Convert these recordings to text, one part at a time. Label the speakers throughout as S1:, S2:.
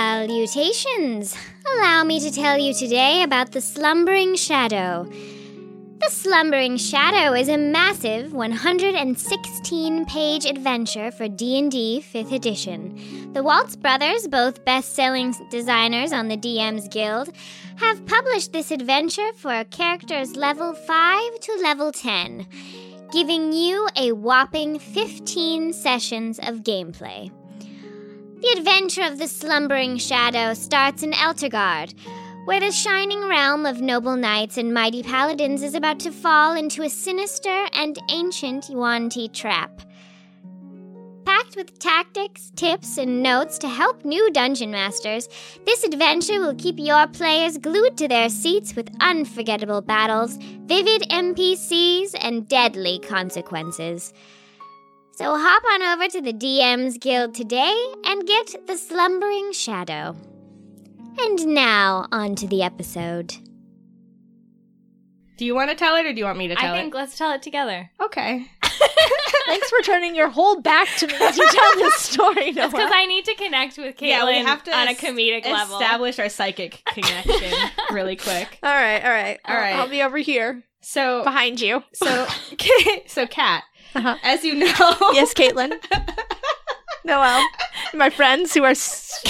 S1: Salutations! Allow me to tell you today about the Slumbering Shadow. The Slumbering Shadow is a massive 116-page adventure for D&D 5th edition. The Waltz brothers, both best-selling designers on the DMs Guild, have published this adventure for characters level 5 to level 10, giving you a whopping 15 sessions of gameplay. The adventure of the slumbering shadow starts in Eltergard, where the shining realm of noble knights and mighty paladins is about to fall into a sinister and ancient Yuan-Ti trap. Packed with tactics, tips, and notes to help new dungeon masters, this adventure will keep your players glued to their seats with unforgettable battles, vivid NPCs, and deadly consequences. So hop on over to the DM's Guild today and get The Slumbering Shadow. And now, on to the episode.
S2: Do you want to tell it or do you want me to tell
S3: I think let's tell it together.
S2: it? Okay.
S4: Thanks for turning your whole back to me as you tell this story. Noah.
S3: That's because I need to connect with Caitlin
S2: Yeah, we have to
S3: on a
S2: es-
S3: comedic level.
S2: Establish our psychic connection really quick.
S4: all right, all right,
S2: All
S4: I'll-
S2: right.
S4: I'll be over here
S2: So,
S4: behind you.
S2: so, so, Kat,
S4: Uh-huh.
S2: as you know,
S4: Yes, Caitlin. Noel, my friends who are s-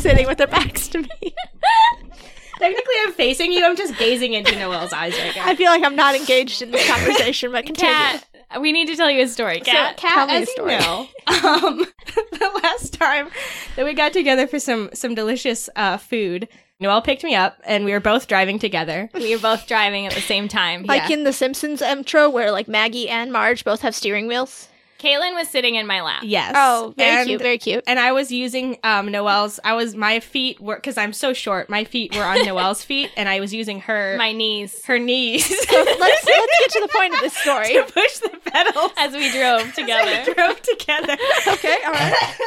S4: sitting with their backs to me.
S2: technically I'm facing you. I'm just gazing into Noelle's eyes right now.
S4: I feel like I'm not engaged in this conversation, but continue.
S3: Cat, we need to tell you a story. Cat,
S2: so, Kat,
S4: tell me
S2: as
S4: a story.
S2: you know, um, the last time that we got together for some some delicious uh, food, Noelle picked me up, and we were both driving together.
S3: we were both driving at the same time.
S4: Like in the Simpsons intro where like Maggie and Marge both have steering wheels.
S3: Caitlin was sitting in my lap.
S2: Yes.
S4: Oh, very
S2: and,
S4: cute, very cute.
S2: And I was using um, Noelle's. I was my feet were because I'm so short. My feet were on Noelle's feet, and I was using her
S3: My knees
S2: her knees
S4: So let's let's get to the point of this story.
S2: to push the pedals
S3: as we drove
S2: as we
S3: together.
S2: drove together.
S4: Okay, all right.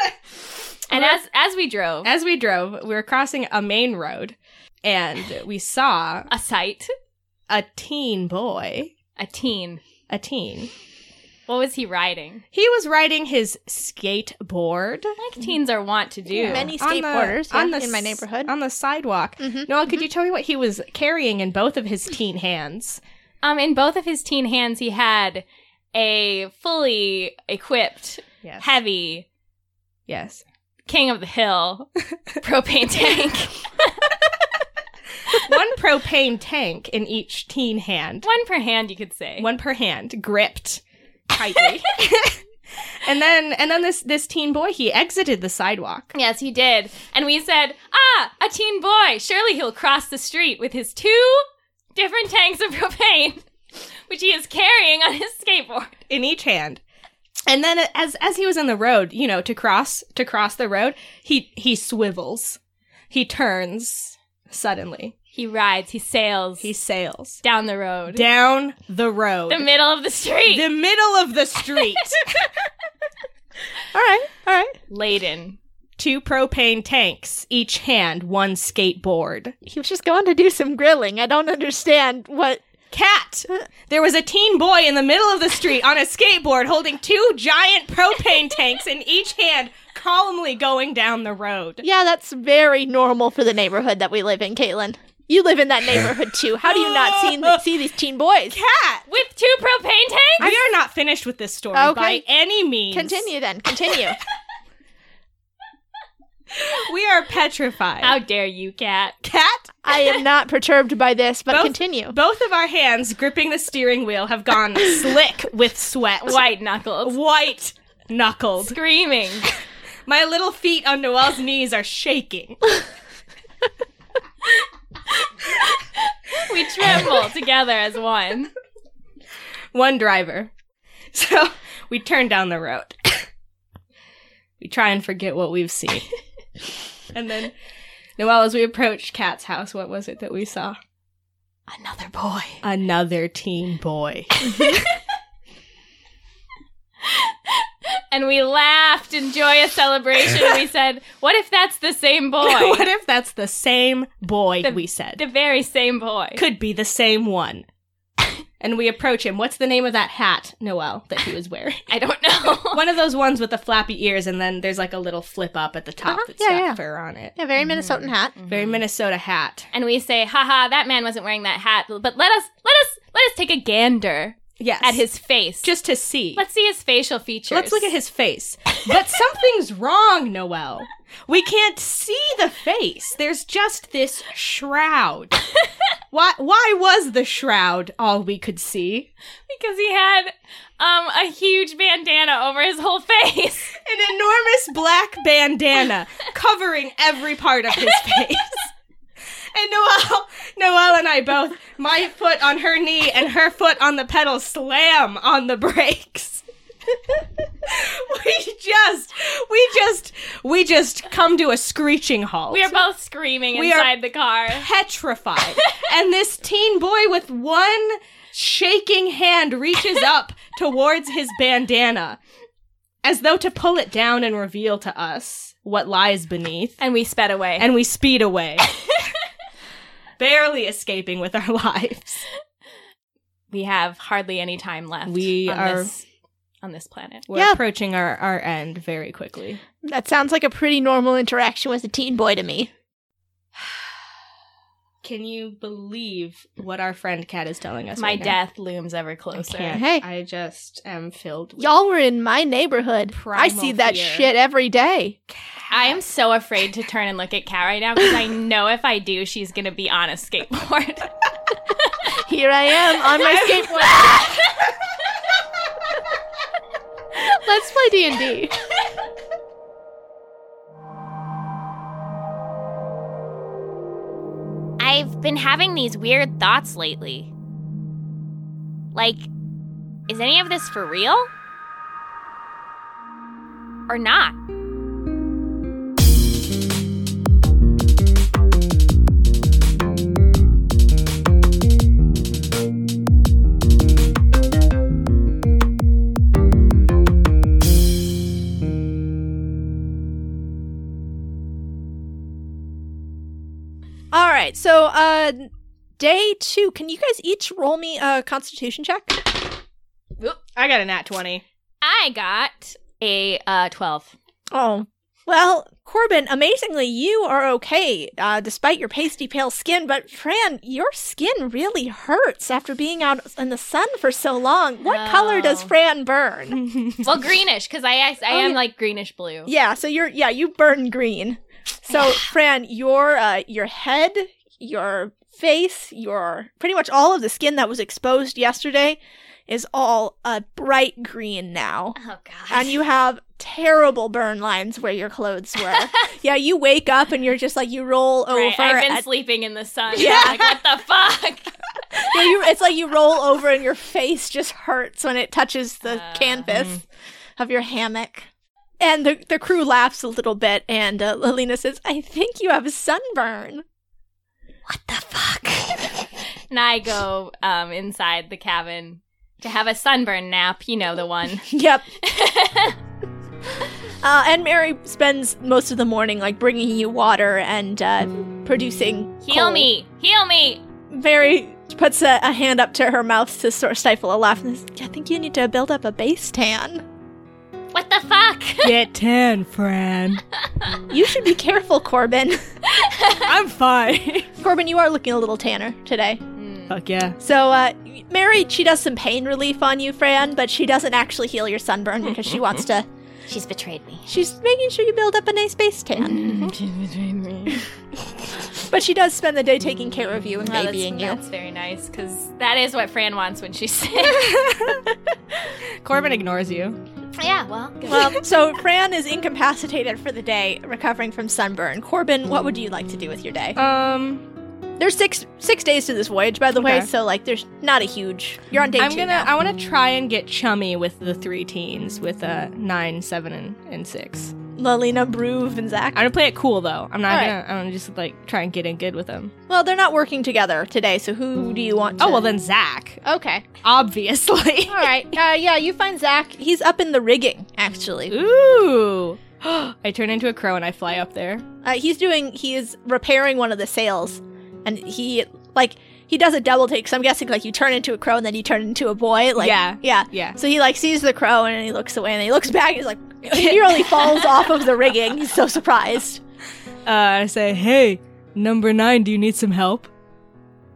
S3: and as as we drove,
S2: As we drove, we were crossing a main road, and we saw
S3: a sight,
S2: a teen boy.
S3: a teen.
S2: A teen.
S3: What was he riding?
S2: He was riding his skateboard.
S3: Like teens are wont to do.
S4: Many
S2: on the-
S4: skateboarders yeah,
S2: on the
S4: in my
S2: s-
S4: neighborhood.
S2: on the sidewalk.
S4: Mhm,
S2: Noel, could you tell me what he was carrying in both of his teen hands?
S3: Um, in both of his teen hands, he had a fully equipped,
S2: Yes.
S3: heavy
S2: yes.
S3: King of the Hill propane tank.
S2: One propane tank in each teen hand.
S3: One per hand, you could say.
S2: one per hand, gripped tightly. and then and then this this teen boy he exited the sidewalk.
S3: Yes, he did. And we said, ah, a teen boy. Surely he'll cross the street with his two different tanks of propane, which he is carrying on his skateboard.
S2: in each hand. And then as as he was on the road, you know, to cross to cross the road, he he swivels. He turns suddenly.
S3: He rides, he sails
S2: He sails
S3: down the road,
S2: down the road.
S3: the middle of the street,
S2: the middle of the street.
S4: All right, all right.
S3: laden.
S2: Two propane tanks, each hand one skateboard.
S4: He was just going to do some grilling. I don't understand what
S2: Cat. There was a teen boy in the middle of the street on a skateboard holding two giant propane tanks in each hand, calmly going down the road.
S4: Yeah, that's very normal for the neighborhood that we live in, Caitlin. You live in that neighborhood too. How do you not see, see these teen boys?
S2: Cat,
S3: With two propane tanks?
S2: we are not finished with this story
S4: Okay.
S2: by any means.
S4: Continue then. Continue.
S2: We are petrified.
S3: How dare you, cat?
S2: Cat,
S4: I am not perturbed by this, but
S2: Both-
S4: continue.
S2: both of our hands gripping the steering wheel have gone slick with sweat.
S3: White knuckles.
S2: White knuckled.
S3: Screaming.
S2: My little feet on Noelle's knees are shaking.
S3: We tremble together as one.
S2: one driver. So we turn down the road. we try and forget what we've seen. and then, Noelle, as we approached Kat's house, what was it that we saw?
S3: Another boy.
S2: Another teen boy.
S3: And we laughed in joyous celebration. we said, What if that's the same boy?
S2: what if that's the same boy
S3: The-
S2: we said?
S3: the very same boy.
S2: Could be the same one. and we approach him. What's the name of that hat, Noel, that he was wearing?
S3: I don't know.
S2: One of those ones with the flappy ears, and then there's like a little flip up at the top
S4: Uh-huh.
S2: that's
S4: Yeah,
S2: got
S4: yeah.
S2: fur on it.
S4: Yeah, very Minnesotan hat.
S2: Very Minnesota hat.
S3: and we say, haha, that man wasn't wearing that hat, but let us let us let us take a gander
S2: Yes.
S3: at his face.
S2: just to see.
S3: let's see his facial features.
S2: Let's look at his face. But something's wrong, Noel. We can't see the face. There's just this shroud. why why was the shroud all we could see?
S3: because he had um a huge bandana over his whole face.
S2: An enormous black bandana covering every part of his face. And Noel, Noel and I both, my foot on her knee and her foot on the pedal, slam on the brakes. we just, we just, we just come to a screeching halt.
S3: we are both screaming
S2: We are-
S3: inside the car.
S2: petrified. and this teen boy with one shaking hand reaches up towards his bandana as though to pull it down and reveal to us what lies beneath.
S3: And we sped away.
S2: And we speed away, barely escaping with our lives.
S3: we have hardly any time left.
S2: We
S3: on
S2: are-
S3: this, on this planet.
S2: We're
S4: Yeah.
S2: approaching our, our end very quickly.
S4: That sounds like a pretty normal interaction with a teen boy to me.
S2: Can you believe what our friend Kat is telling us?
S3: My
S2: right now?
S3: death looms ever
S2: I
S3: closer.
S2: can't.
S4: Hey.
S2: I just am filled with
S4: Y'all were in my neighborhood. I
S2: Primal
S4: see that
S2: fear.
S4: shit every day.
S3: I am so afraid to turn and look at Kat right now because I know if I do, she's gonna be on a skateboard.
S4: Here I am on my skateboard. Let's play D and D.
S1: I've been having these weird thoughts lately. Like,
S3: Is any of this for real? Or not?
S4: All right, so uh, day two. Can you guys each roll me a Constitution check?
S2: Oop, I got a nat 20.
S3: I got a uh, 12.
S4: Oh. Well, Corbin, amazingly, you are okay, uh, despite your pasty pale skin. But Fran, your skin really hurts after being out in the sun for so long. What color does
S3: Oh.
S4: Fran burn?
S3: Well, greenish, because I, I, I
S4: Oh,
S3: am
S4: yeah.
S3: like greenish blue.
S4: yeah, so you're yeah you burn green. So Fran, your uh, your head, your face, your pretty much all of the skin that was exposed yesterday is all a uh, bright green now.
S3: Oh, God.
S4: and you have terrible burn lines where your clothes were. yeah, you wake up and you're just like you roll over.
S3: Right, I've been
S4: and-
S3: sleeping in the sun.
S4: Yeah.
S3: Yeah. Like, what the fuck?
S4: yeah, you- it's like you roll over and your face just hurts when it touches the
S3: Uh,
S4: canvas of your hammock. And the the crew laughs a little bit, and uh, Lilina says, "I think you have a sunburn."
S3: And I go um, inside the cabin to have a sunburn nap. You know the one.
S4: Yep. uh, and Mary spends most of the morning like bringing you water and uh, producing
S3: Heal
S4: coal.
S3: me. Heal me.
S4: Mary puts a, a hand up to her mouth to sort of stifle a laugh and says, I think you need to build up a base tan.
S3: What the fuck?
S2: Get 10, Fran.
S4: You should be careful, Corbin.
S2: I'm fine.
S4: Corbin, you are looking a little tanner today.
S3: Mm.
S2: Fuck yeah.
S4: So, uh, Mary, she does some pain relief on you, Fran, but she doesn't actually heal your sunburn because she wants to.
S1: she's betrayed me.
S4: She's making sure you build up a nice base tan. But she does spend the day taking care of you and
S2: Oh,
S3: Well, that's,
S4: babying you.
S3: that's very nice because that is what Fran wants when she's sick.
S2: Corbin ignores you.
S1: Yeah, well,
S4: Well, so Fran is incapacitated for the day, recovering from sunburn. Corbin, what would you like to do with your day?
S2: Um,
S4: There's six six days to this voyage, by the way,
S2: Okay.
S4: so like there's not a huge. You're on day
S2: I'm
S4: 2
S2: gonna.
S4: now.
S2: I want to try and get chummy with the three teens, with uh nine, seven, and, and six.
S4: Lalina, Bruve, and Zach.
S2: I'm gonna play it cool though. I'm not
S4: All right.
S2: gonna. I'm gonna just like try and get in good with them.
S4: Well, they're not working together today, so who do you want? To-
S2: Oh well, then Zach,
S4: Okay.
S2: obviously.
S4: All right. Uh, yeah, you find Zach. He's up in the rigging, actually.
S2: Ooh. I turn into a crow and I fly up there.
S4: Uh, he's doing. He is repairing one of the sails, and he like he does a double take. So I'm guessing like you turn into a crow and then you turn into a boy. Like
S2: Yeah.
S4: yeah.
S2: Yeah.
S4: So he like sees the crow and he looks away and he looks back and he's like he nearly falls off of the rigging. He's so surprised.
S2: Uh, I say, hey, number nine, do you need some help?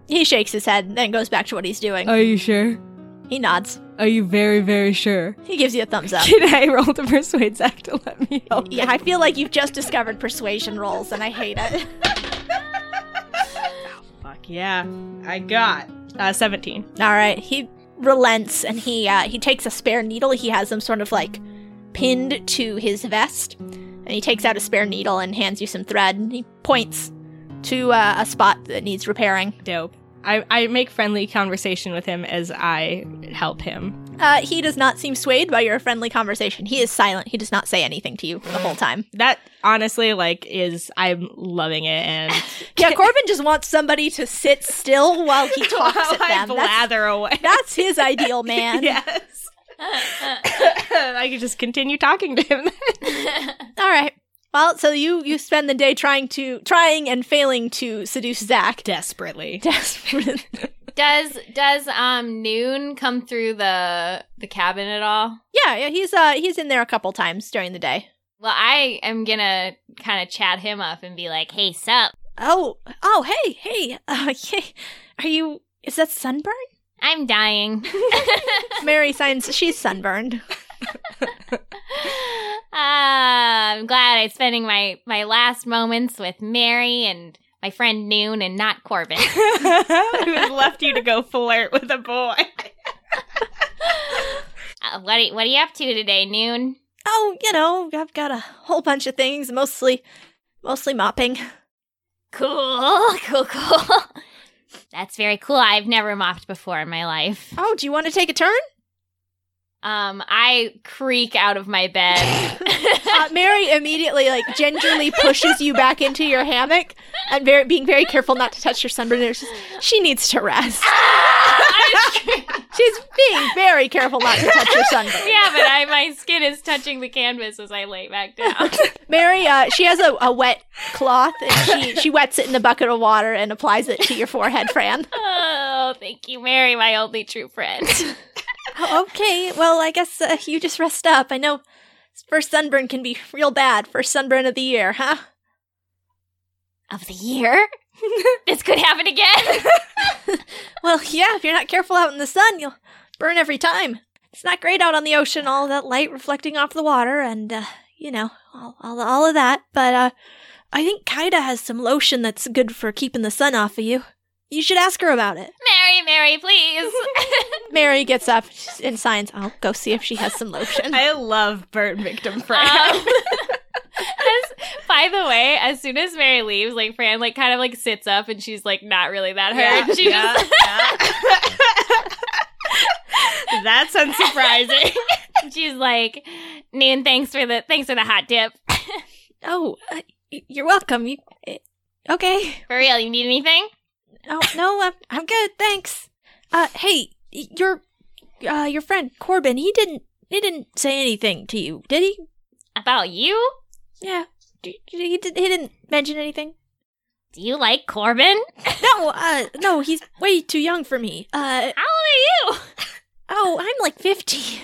S4: He shakes his head and then goes back to what he's doing.
S2: Are you sure?
S4: he nods.
S2: Are you very, very sure?
S4: He gives you a thumbs up.
S2: Can I roll the persuade sack to let me help?
S4: yeah, I feel like you've just discovered persuasion rolls and I hate it.
S2: Fuck yeah. I got uh, 17.
S4: All right. He relents and he uh, he takes a spare needle. He has them sort of like pinned to his vest, and he takes out a spare needle and hands you some thread. And he points to uh, a spot that needs repairing.
S2: Dope. I, I make friendly conversation with him as I help him.
S4: Uh, he does not seem swayed by your friendly conversation. He is silent. He does not say anything to you the whole time.
S2: That honestly, like, is I'm loving it, and
S4: Yeah, Corbin just wants somebody to sit still while he talks
S2: While
S4: at
S2: I
S4: them. That's,
S2: blather away.
S4: that's his ideal man.
S2: Yes,
S3: Uh,
S2: I could just continue talking to him.
S3: uh.
S4: All right. Well, so you you spend the day trying to trying and failing to seduce Zach.
S2: Desperately,
S4: Desperate.
S3: does does um noon come through the the cabin at all?
S4: Yeah, yeah, he's uh he's in there a couple times during the day.
S3: Well, I am gonna kind of chat him up and be like, "Hey, sup?
S4: Oh, oh, hey, hey, uh, hey, are you? Is that sunburn?
S3: I'm dying.
S4: Mary signs she's sunburned.
S3: Uh, I'm glad I'm spending my my last moments with Mary and my friend Noon and not Corbin.
S2: who
S4: Oh,
S2: has left you to go flirt with a boy?
S3: uh, what are, what are you up to today, Noon?
S4: Oh, you know, I've got a whole bunch of things, mostly, mostly mopping.
S3: Cool, cool, cool. That's very cool. I've never mopped before in my life.
S4: Oh, do you want to take a turn?
S3: Um, I creak out of my bed.
S4: Uh, Mary immediately like gingerly pushes you back into your hammock and very being very careful not to touch your sunburn. It's just- She needs to rest. She's being very careful not to touch your sunburn.
S3: yeah, but I, my skin is touching the canvas as I lay back down.
S4: Mary, uh, she has a, a wet cloth and she, she wets it in a bucket of water and applies it to your forehead, Fran.
S3: oh, thank you, Mary, my only true friend.
S4: Oh, okay, well, I guess uh, you just rest up. I know first sunburn can be real bad. First sunburn of the year, huh?
S3: of the year? this could happen again.
S4: Well, yeah, if you're not careful out in the sun, you'll burn every time. It's not great out on the ocean, all that light reflecting off the water and, uh, you know, all, all, all of that. But uh, I think Kaida has some lotion that's good for keeping the sun off of you. You should ask her about it.
S3: Mary, Mary, please.
S4: Mary gets up and signs, I'll go see if she has some lotion.
S2: I love burn victim friend.
S3: um, as- by the way, as soon as Mary leaves, like Fran, like kind of like sits up and she's like not really that hurt. she just
S2: yeah. That's unsurprising.
S3: she's like, Nan, thanks for the thanks for the hot dip.
S4: oh, uh, y- you're welcome. You, eh, okay.
S3: For real, you need anything?
S4: Oh, no, I'm, I'm good. Thanks. Uh, hey, y- your, uh, your friend Corbin, he didn't, he didn't say anything to you, did he?
S3: About you?
S4: Yeah. D- d- He, did, he didn't mention anything?
S3: Do you like Corbin?
S4: No, uh, no, he's way too young for me. Uh,
S3: How old are you?
S4: oh, I'm like 50.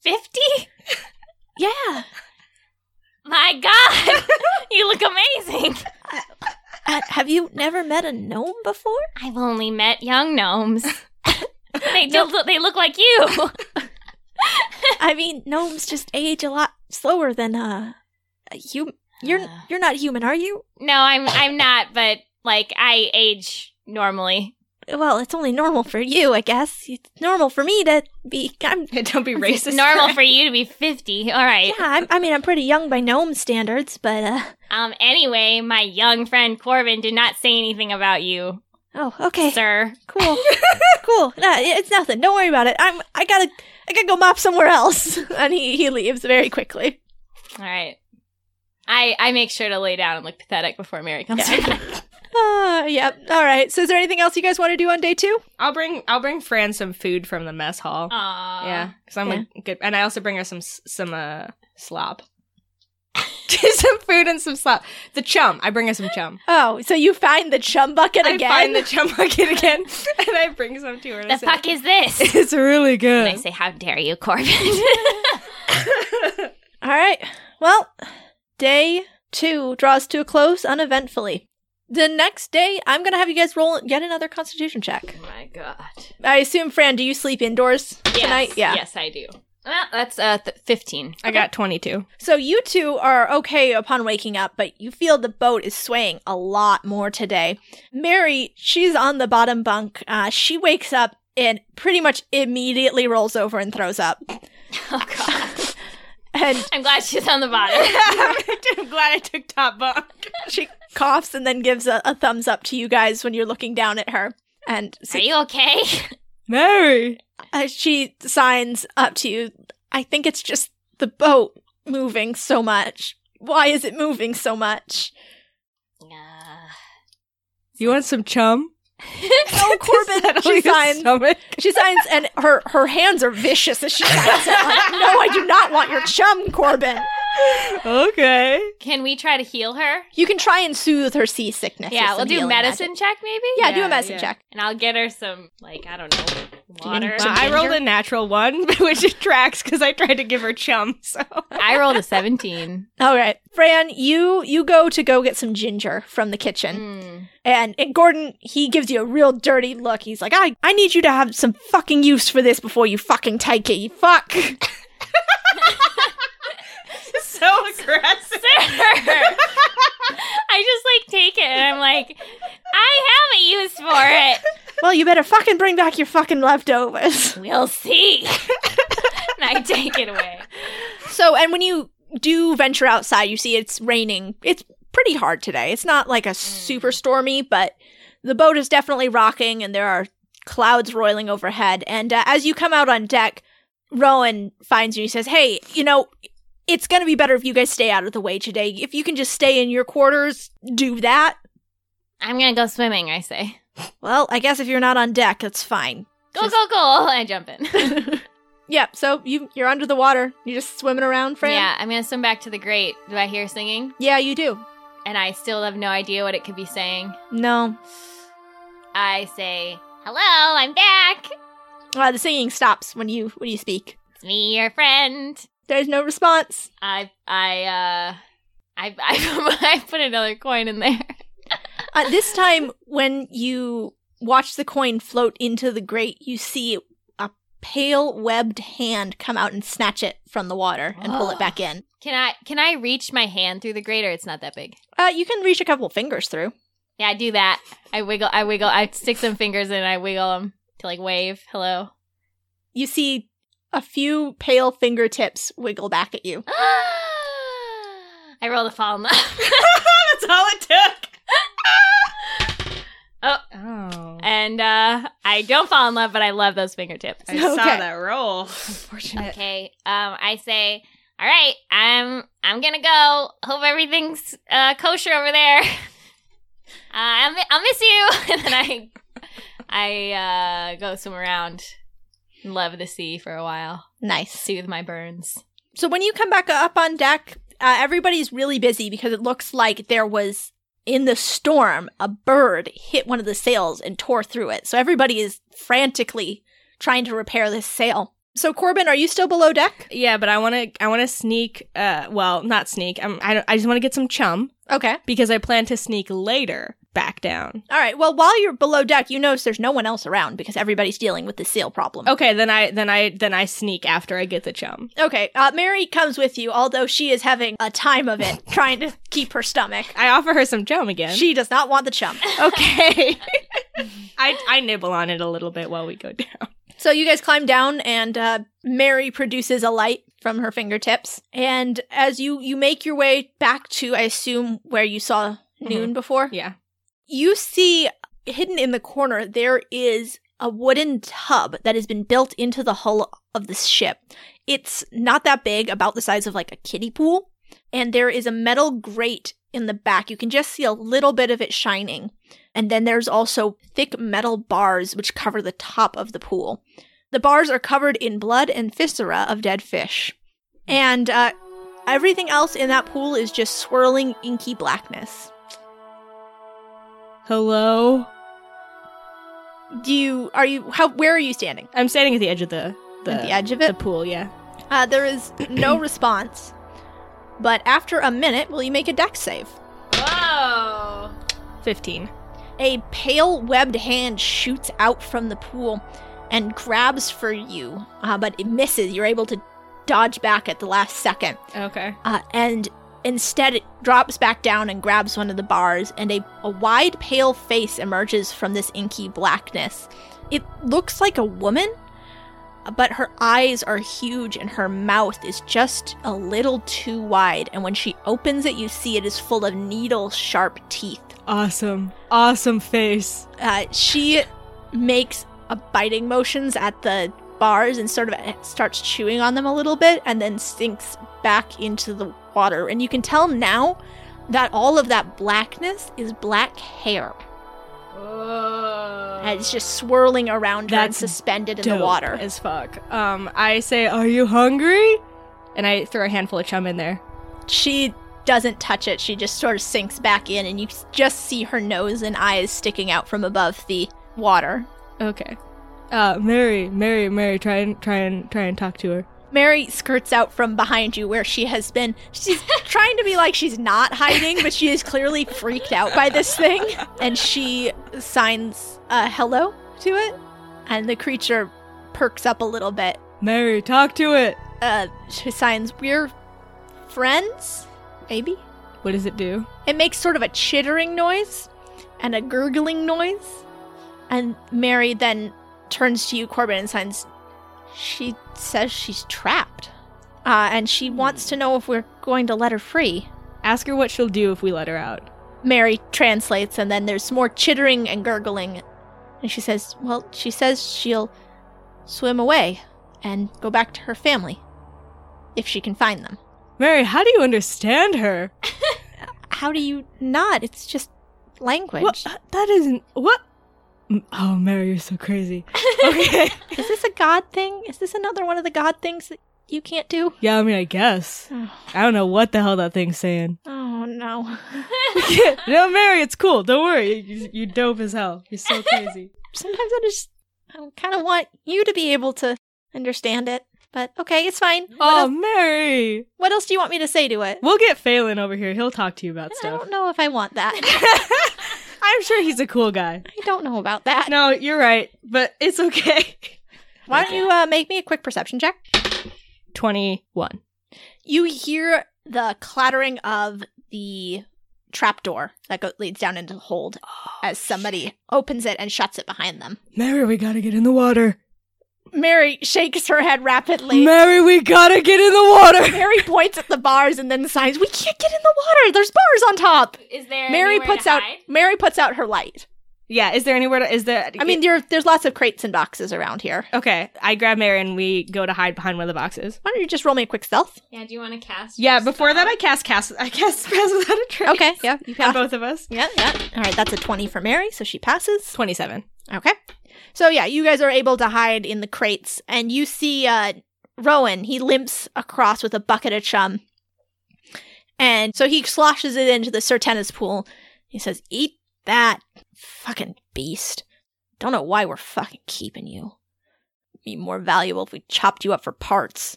S3: 50?
S4: Yeah.
S3: My God, you look amazing.
S4: Uh, have you never met a gnome before?
S3: I've only met young gnomes. they, do they look like you.
S4: I mean, gnomes just age a lot slower than uh, you. You're
S3: Uh.
S4: you're not human, are you?
S3: no, I'm I'm not, but like I age normally.
S4: Well, it's only normal for you, I guess. It's normal for me to be. I'm
S2: Don't be racist.
S3: Normal for you to be 50. All right.
S4: yeah. I'm, I mean, I'm pretty young by gnome standards, but uh.
S3: Um anyway, my young friend Corbin did not say anything about you,
S4: Oh, okay,
S3: sir.
S4: cool, cool. Nah, it- it's nothing. Don't worry about it. I'm. I gotta. I gotta go mop somewhere else. And he he leaves very quickly.
S3: All right. I I make sure to lay down and look pathetic before Mary comes back.
S4: Uh, yep. All right. So, is there anything else you guys want to do on day two?
S2: I'll bring I'll bring Fran some food from the mess hall.
S3: Aw.
S2: Yeah, because I'm a good, and I also bring her some s- some uh slop. some food and some slop. The chum. I bring her some chum.
S4: Oh, so you find the chum bucket
S2: I
S4: again?
S2: find the chum bucket again, and I bring some to her. and I
S3: The
S2: say,
S3: fuck is this?
S2: It's really
S3: And I
S2: good.
S3: say, how dare you, Corbin?
S4: All right. Well, day two draws to a close uneventfully. The next day, I'm gonna have you guys roll yet another Constitution check.
S3: my god.
S4: I assume, Fran, do you sleep indoors tonight? Yeah.
S3: Yes, I do. Well, that's uh, th- 15.
S2: I got 22.
S4: So you two are okay upon waking up, but you feel the boat is swaying a lot more today. Mary, she's on the bottom bunk. Uh, she wakes up and pretty much immediately rolls over and throws up.
S3: Oh god.
S4: And
S3: I'm glad she's on the bottom.
S2: I'm glad I took top bunk.
S4: she coughs and then gives a, a thumbs up to you guys when you're looking down at her. And so
S3: Are you okay?
S2: Mary.
S4: uh, she signs up to you. I think it's just the boat moving so much. Why is it moving so much?
S3: Uh,
S2: You want some chum?
S4: Oh, Corbin, she signs. She signs, and her her hands are vicious as she signs. it. Like, no, I do not want your chum, Corbin.
S2: Okay.
S3: can we try to heal her?
S4: You can try and soothe her seasickness.
S3: yeah,
S4: with
S3: we'll
S4: some
S3: do
S4: healing
S3: medicine
S4: magic.
S3: check maybe?
S4: Yeah, do
S2: Yeah,
S4: a medicine
S2: yeah.
S4: check.
S3: And I'll get her some, like, I don't know, water.
S4: Some
S2: I
S4: ginger?
S2: rolled a natural one, which it tracks because I tried to give her chum. So
S3: I rolled a 17.
S4: All right, Fran, you you go to go get some ginger from the kitchen,
S3: Mm.
S4: and, and Gordon he gives you a real dirty look. He's like, I I need you to have some fucking use for this before you fucking take it. You fuck.
S2: so aggressive.
S3: I just like take it and I'm like, I have a use for it.
S4: well, you better fucking bring back your fucking leftovers.
S3: We'll see. and I take it away.
S4: So, and when you do venture outside, you see it's raining. It's pretty hard today. It's not like a super stormy, but the boat is definitely rocking and there are clouds roiling overhead. And uh, as you come out on deck, Rowan finds you and he says, Hey, you know, it's going to be better if you guys stay out of the way today. If you can just stay in your quarters, do that.
S3: I'm gonna go swimming, I say.
S4: Well, I guess if you're not on deck, that's fine.
S3: Go, go, go. I jump in.
S4: Yeah, so you, you're under the water. You're just swimming around, Fran?
S3: Yeah, I'm gonna swim back to the grate. Do I hear singing?
S4: Yeah, you do.
S3: And I still have no idea what it could be saying.
S4: No.
S3: I say, Hello, I'm back.
S4: Uh, the singing stops when you when you speak.
S3: It's me, your friend.
S4: There's no response.
S3: I I uh I I, I put another coin in there.
S4: Uh, this time, when you watch the coin float into the grate, you see a pale webbed hand come out and snatch it from the water and pull it back in.
S3: Can I can I reach my hand through the grate or it's not that big?
S4: Uh, you can reach a couple fingers through.
S3: Yeah, I do that. I wiggle I wiggle I stick some fingers in and I wiggle them to like wave hello.
S4: You see a few pale fingertips wiggle back at you.
S3: I rolled a fall in love.
S2: That's all it took.
S3: Oh,
S2: Oh.
S3: and uh I don't fall in love, but I love those fingertips.
S2: I saw
S4: Okay.
S2: that roll. Unfortunately.
S3: Okay. Um, I say, all right, I'm I'm gonna go. Hope everything's uh, kosher over there. Uh, I'll, mi- I'll miss you. and then I I uh, go swim around, and love the sea for a while,
S4: Nice.
S3: soothe my burns.
S4: So when you come back up on deck, uh, everybody's really busy because it looks like there was in the storm a bird hit one of the sails and tore through it. So everybody is frantically trying to repair this sail. So Corbin, are you still below deck?
S2: Yeah, but I want to. I want to sneak. Uh, well, not sneak. I'm, I don't, I just want to get some chum
S4: Okay.
S2: because I plan to sneak later back down.
S4: All right. Well, while you're below deck, you notice there's no one else around because everybody's dealing with the sail problem.
S2: Okay, then I then I then I sneak after I get the chum.
S4: Okay. Uh, Mary comes with you, although she is having a time of it trying to keep her stomach.
S2: I offer her some chum again.
S4: She does not want the chum.
S2: okay. I I nibble on it a little bit while we go down.
S4: So you guys climb down, and uh, Mary produces a light from her fingertips. And as you you make your way back to, I assume where you saw noon before,
S2: Yeah.
S4: you see hidden in the corner there is a wooden tub that has been built into the hull of the ship. It's not that big, about the size of like a kiddie pool, and there is a metal grate in the back. You can just see a little bit of it shining. And then there's also thick metal bars which cover the top of the pool. The bars are covered in blood and viscera of dead fish. And uh, Everything else in that pool is just swirling inky blackness.
S2: Hello?
S4: Do you are you how where are you standing?
S2: I'm standing at the edge of the the,
S4: At the edge of
S2: the
S4: it?
S2: pool, yeah.
S4: Uh, there is no response. But after a minute, will you make a dex save?
S3: Whoa.
S2: 15.
S4: A pale webbed hand shoots out from the pool and grabs for you, uh, but it misses. You're able to dodge back at the last second.
S2: Okay.
S4: Uh, and instead, it drops back down and grabs one of the bars, and a, a wide, pale face emerges from this inky blackness. It looks like a woman, but her eyes are huge and her mouth is just a little too wide. And when she opens it, you see it is full of needle sharp teeth.
S2: Awesome. Awesome face.
S4: Uh, she makes a biting motions at the bars and sort of starts chewing on them a little bit and then sinks back into the water and you can tell now that all of that blackness is black hair and it's just swirling around her and
S2: That's
S4: suspended in
S2: Dope
S4: the water
S2: As fuck. Um, I say, Are you hungry? And I throw a handful of chum in there.
S4: she doesn't touch it she just sort of sinks back in and you s- just see her nose and eyes sticking out from above the water
S2: Okay. Uh, Mary, Mary, Mary, try and try and try and talk to her.
S4: Mary skirts out from behind you where she has been. She's trying to be like she's not hiding, but she is clearly freaked out by this thing. And she signs a hello to it. And the creature perks up a little bit.
S2: Mary, talk to it.
S4: Uh, she signs, We're friends? Maybe?
S2: What does it do?
S4: It makes sort of a chittering noise and a gurgling noise. And Mary then turns to you, Corbin, and signs, She says she's trapped. Uh, and she wants to know if we're going to let her free.
S2: Ask her what she'll do if we let her out.
S4: Mary translates, and then there's more chittering and gurgling. And she says, Well, she says she'll swim away and go back to her family if she can find them.
S2: Mary, how do you understand her?
S4: How do you not? It's just language.
S2: What? Uh, That isn't what. Mm, Oh, Mary, you're so crazy. Okay.
S4: Is this a god thing? Is this another one of the god things that you can't do?
S2: yeah, I mean, I guess.
S4: Oh,
S2: I don't know what the hell that thing's saying.
S4: no.
S2: no, Mary, it's cool. Don't worry. You, you dope as hell. You're so crazy.
S4: Sometimes I just I kind of want you to be able to understand it. But okay, it's fine. What,
S2: oh,
S4: else,
S2: Mary.
S4: what else do you want me to say to it?
S2: We'll get Phelan over here. He'll talk to you about
S4: I
S2: stuff.
S4: don't know if I want that.
S2: I'm sure he's a cool guy.
S4: I don't know about that.
S2: No, you're right, but it's okay.
S4: Why don't you uh, make me a quick perception check?
S2: 21.
S4: You hear the clattering of the trapdoor that go- leads down into the hold as somebody opens it and shuts it behind them.
S2: Mary, we gotta get in the water.
S4: Mary shakes her head rapidly.
S2: Mary, we gotta get in the water.
S4: Mary points at the bars and then signs, "We can't get in the water. There's bars on top."
S3: Is there
S4: Mary
S3: anywhere
S4: puts
S3: to
S4: out
S3: hide?
S4: Mary puts out her light.
S2: Yeah, is there anywhere to, is there,
S4: I mean, there, there's lots of crates and boxes around here.
S2: okay, I grab Mary and we go to hide behind one of the boxes.
S4: Why don't you just roll me a quick stealth?
S3: Yeah, do you want to cast?
S2: Yeah,
S3: your
S2: before that,
S3: spell?
S2: I cast cast, I cast pass without a trace.
S4: Okay, yeah, you
S2: On
S4: pass.
S2: both of us.
S4: Yeah, yeah. All right, that's a twenty for Mary, so she passes.
S2: 27.
S4: Okay. So yeah, you guys are able to hide in the crates, and you see uh, Rowan. He limps across with a bucket of chum, and so he sloshes it into the Sertenna's pool. He says, "Eat that, fucking beast! Don't know why we're fucking keeping you. Be more valuable if we chopped you up for parts."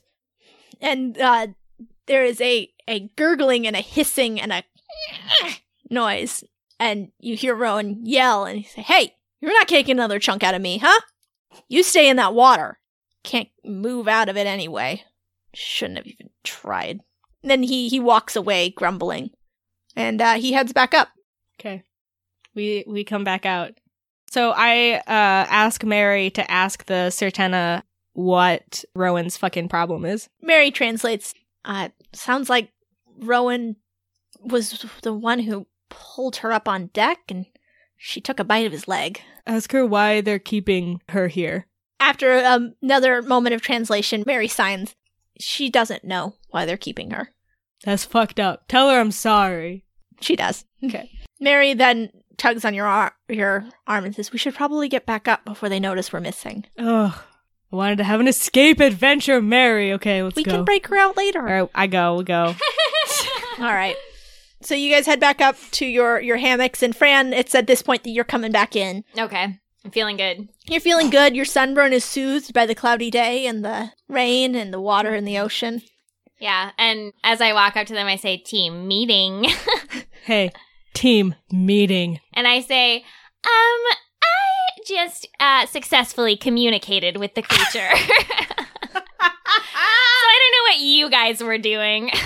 S4: And uh, there is a a gurgling and a hissing and a noise, and you hear Rowan yell, and he say, "Hey!" You're not taking another chunk out of me, huh? You stay in that water. Can't move out of it anyway. Shouldn't have even tried. Then he he walks away grumbling, and uh, he heads back up.
S2: Okay. We we come back out. So I uh ask Mary to ask the Sertana what Rowan's fucking problem is.
S4: Mary translates. Uh, sounds like Rowan was the one who pulled her up on deck, and she took a bite of his leg.
S2: Ask her why they're keeping her here.
S4: After um, another moment of translation, Mary signs. She doesn't know why they're keeping her.
S2: That's fucked up. Tell her I'm sorry.
S4: She does.
S2: Okay.
S4: Mary then tugs on your ar- your arm and says, "We should probably get back up before they notice we're missing."
S2: Ugh. wanted to have an escape adventure, Mary. Okay, let's
S4: we
S2: go.
S4: can break her out later.
S2: All right, I go. We go.
S4: All right. So you guys head back up to your your hammocks, and Fran, it's at this point that you're coming back in.
S3: Okay. I'm feeling good.
S4: You're feeling good. Your sunburn is soothed by the cloudy day and the rain and the water and the ocean.
S3: Yeah. And as I walk up to them, I say, team meeting.
S2: hey, team meeting.
S3: and I say, um, I just uh, successfully communicated with the creature. so I don't know what you guys were doing.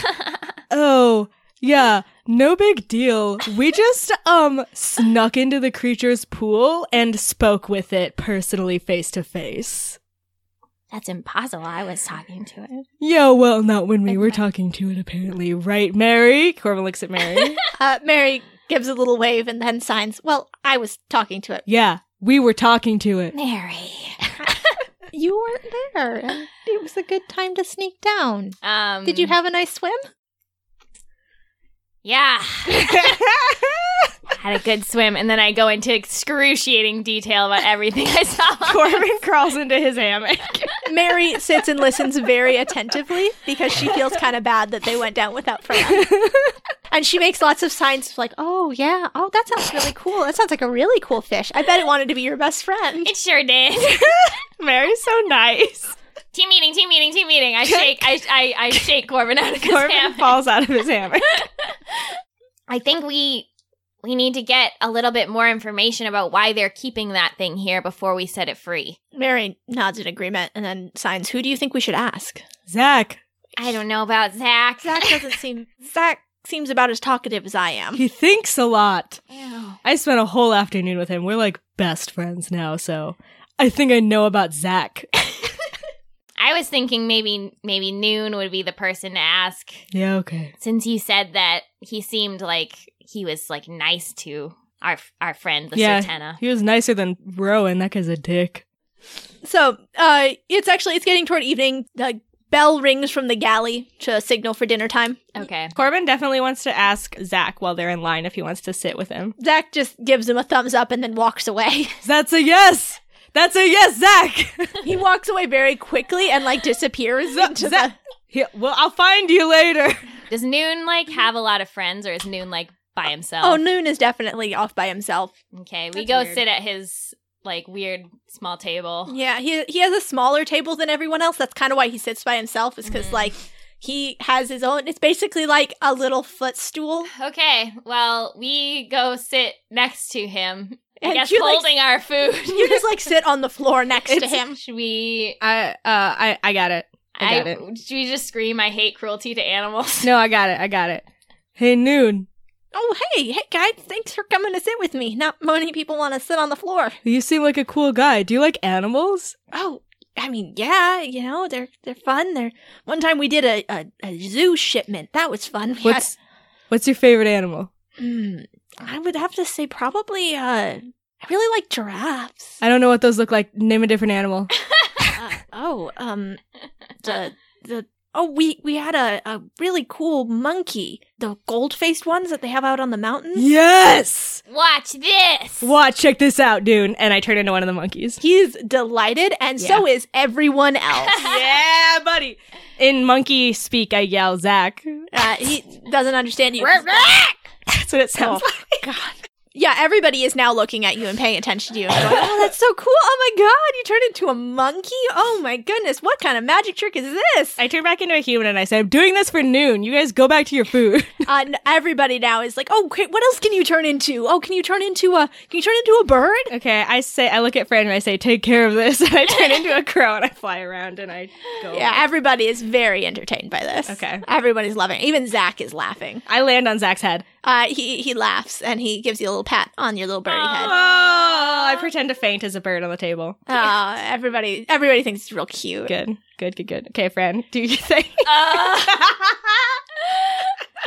S2: Oh, yeah, no big deal. We just um snuck into the creature's pool and spoke with it personally face to face.
S3: That's impossible. I was talking to it.
S2: Yeah, well, not when we were talking to it apparently, right, Mary? Corbin looks at Mary.
S4: Uh, Mary gives a little wave and then signs. Well, I was talking to it.
S2: yeah, we were talking to it.
S3: Mary.
S4: You weren't there, and it was a good time to sneak down.
S3: Um,
S4: Did you
S2: Mm.
S4: have a nice swim?
S3: Yeah. Had a good swim, and then I go into excruciating detail about everything I saw.
S2: Corbin crawls into his hammock.
S4: Mary sits and listens very attentively because she feels kind of bad that they went down without Fran. And she makes lots of signs like, oh, yeah, oh, that sounds really cool. That sounds like a really cool fish. I bet it wanted to be your best friend.
S3: It sure did.
S2: Mary's so nice.
S3: team meeting, team meeting, team meeting. I shake, I, I, I shake Corbin out of his
S2: Corbin
S3: hammock.
S2: falls out of his hammock.
S3: I think we we need to get a little bit more information about why they're keeping that thing here before we set it free.
S4: Mary nods in agreement and then signs, who do you think we should ask?
S2: Zach,
S3: I don't know about Zach.
S4: Zach doesn't seem, Zach seems about as talkative as I am.
S2: he thinks a lot.
S3: Ew.
S2: I spent a whole afternoon with him. We're like best friends now, so I think I know about Zach.
S3: I was thinking maybe maybe Noon would be the person to ask
S2: yeah, okay.
S3: since you said that he seemed like he was like nice to our our friend the
S2: Yeah.
S3: Sertana.
S2: He was nicer than Rowan. That guy's a dick.
S4: So, uh, it's actually, it's getting toward evening. The bell rings from the galley to signal for dinner time.
S3: Okay.
S2: Corbin definitely wants to ask Zach while they're in line if he wants to sit with him.
S4: Zach just gives him a thumbs up and then walks away.
S2: That's a yes! That's a yes, Zach!
S4: He walks away very quickly and like disappears into
S2: Zap. He- well, I'll find you later.
S3: Does Noon like have a lot of friends or is Noon like by himself?
S4: the. Oh, Noon is definitely off by himself.
S3: Okay, we
S2: That's
S3: go
S2: weird.
S3: sit at his like weird small table.
S4: Yeah, he he has a smaller table than everyone else. That's kind of why he sits by himself. Is because
S3: Mhm.
S4: like he has his own. It's basically like a little footstool.
S3: Okay, well, we go sit next to him. I
S4: And
S3: guess
S4: you, like,
S3: holding our food.
S4: You just like sit on the floor next to
S2: It's-
S4: him.
S3: Should we?
S2: I, uh, I, I got it. I got it.
S3: Should we just scream? I hate cruelty to animals.
S2: No, I got it. I got it. Hey, Noon,
S4: Oh hey hey guys, thanks for coming to sit with me. Not many people want to sit on the floor.
S2: you seem like a cool guy. Do you like animals?
S4: Oh. I mean, yeah, you know they're they're fun. They're one time we did a, a, a zoo shipment. That was fun. We had-
S2: What's, what's your favorite animal?
S4: Hmm. I would have to say probably. Uh, I really like giraffes.
S2: I don't know what those look like. Name a different animal.
S4: Uh, oh, um, the the oh we we had a a really cool monkey, the gold faced ones that they have out on the mountains.
S2: Yes!
S3: Watch this.
S2: Watch, check this out, dude. And I turn into one of the monkeys.
S4: He's delighted, and so is everyone else.
S2: yeah, buddy. In monkey speak, I yell, Zach.
S4: Uh, he doesn't understand you.
S2: That's what it sounds like.
S4: yeah, everybody is now looking at you and paying attention to you. And going, oh, that's so cool! Oh my god, you turned into a monkey! Oh my goodness, what kind of magic trick is this?
S2: I turn back into a human and I say, I'm doing this for noon. You guys go back to your food.
S4: uh, n- everybody now is like, oh, great, what else can you turn into? Oh, can you turn into a can you turn into a bird?
S2: okay, I say, I look at Fran and I say, take care of this. And I turn into a crow and I fly around and I go.
S4: Yeah, everybody is very entertained by this.
S2: Okay.
S4: everybody's loving. it. Even Zach is laughing.
S2: I land on Zach's head.
S4: Uh, he he laughs and he gives you a little pat on your little birdie
S2: Oh,
S4: head.
S2: I pretend to faint as a bird on the table.
S4: Uh, everybody everybody thinks it's real cute.
S2: Good, good, good, good. Okay, Fran, do your thing.
S3: Uh,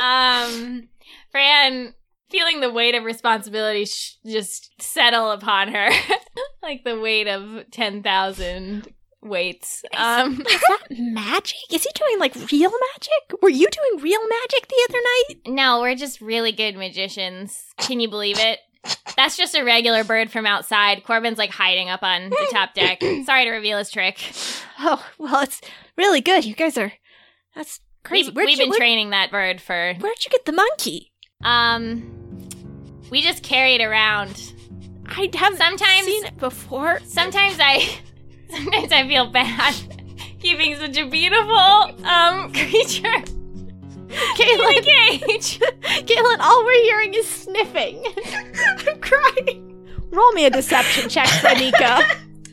S3: um, Fran, feeling the weight of responsibility sh- just settle upon her, like the weight of ten thousand weights. Um,
S4: Is that magic? Is he doing like real magic? Were you doing real magic the other night?
S3: no, we're just really good magicians. Can you believe it? That's just a regular bird from outside. Corbin's like hiding up on the top deck. Sorry to reveal his trick.
S4: Oh, well, it's really good. You guys are. That's crazy.
S3: We've,
S4: Where'd
S3: we've
S4: you-
S3: been
S4: where-
S3: training that bird for
S4: Where'd you get the monkey?
S3: um we just carry it around.
S4: I haven't
S3: Sometimes-
S4: seen it before.
S3: Sometimes I sometimes I feel bad keeping such a beautiful um creature in a
S4: Caitlin,
S3: cage.
S4: Caitlin, all we're hearing is sniffing. I'm crying. Roll me a deception check for Nika.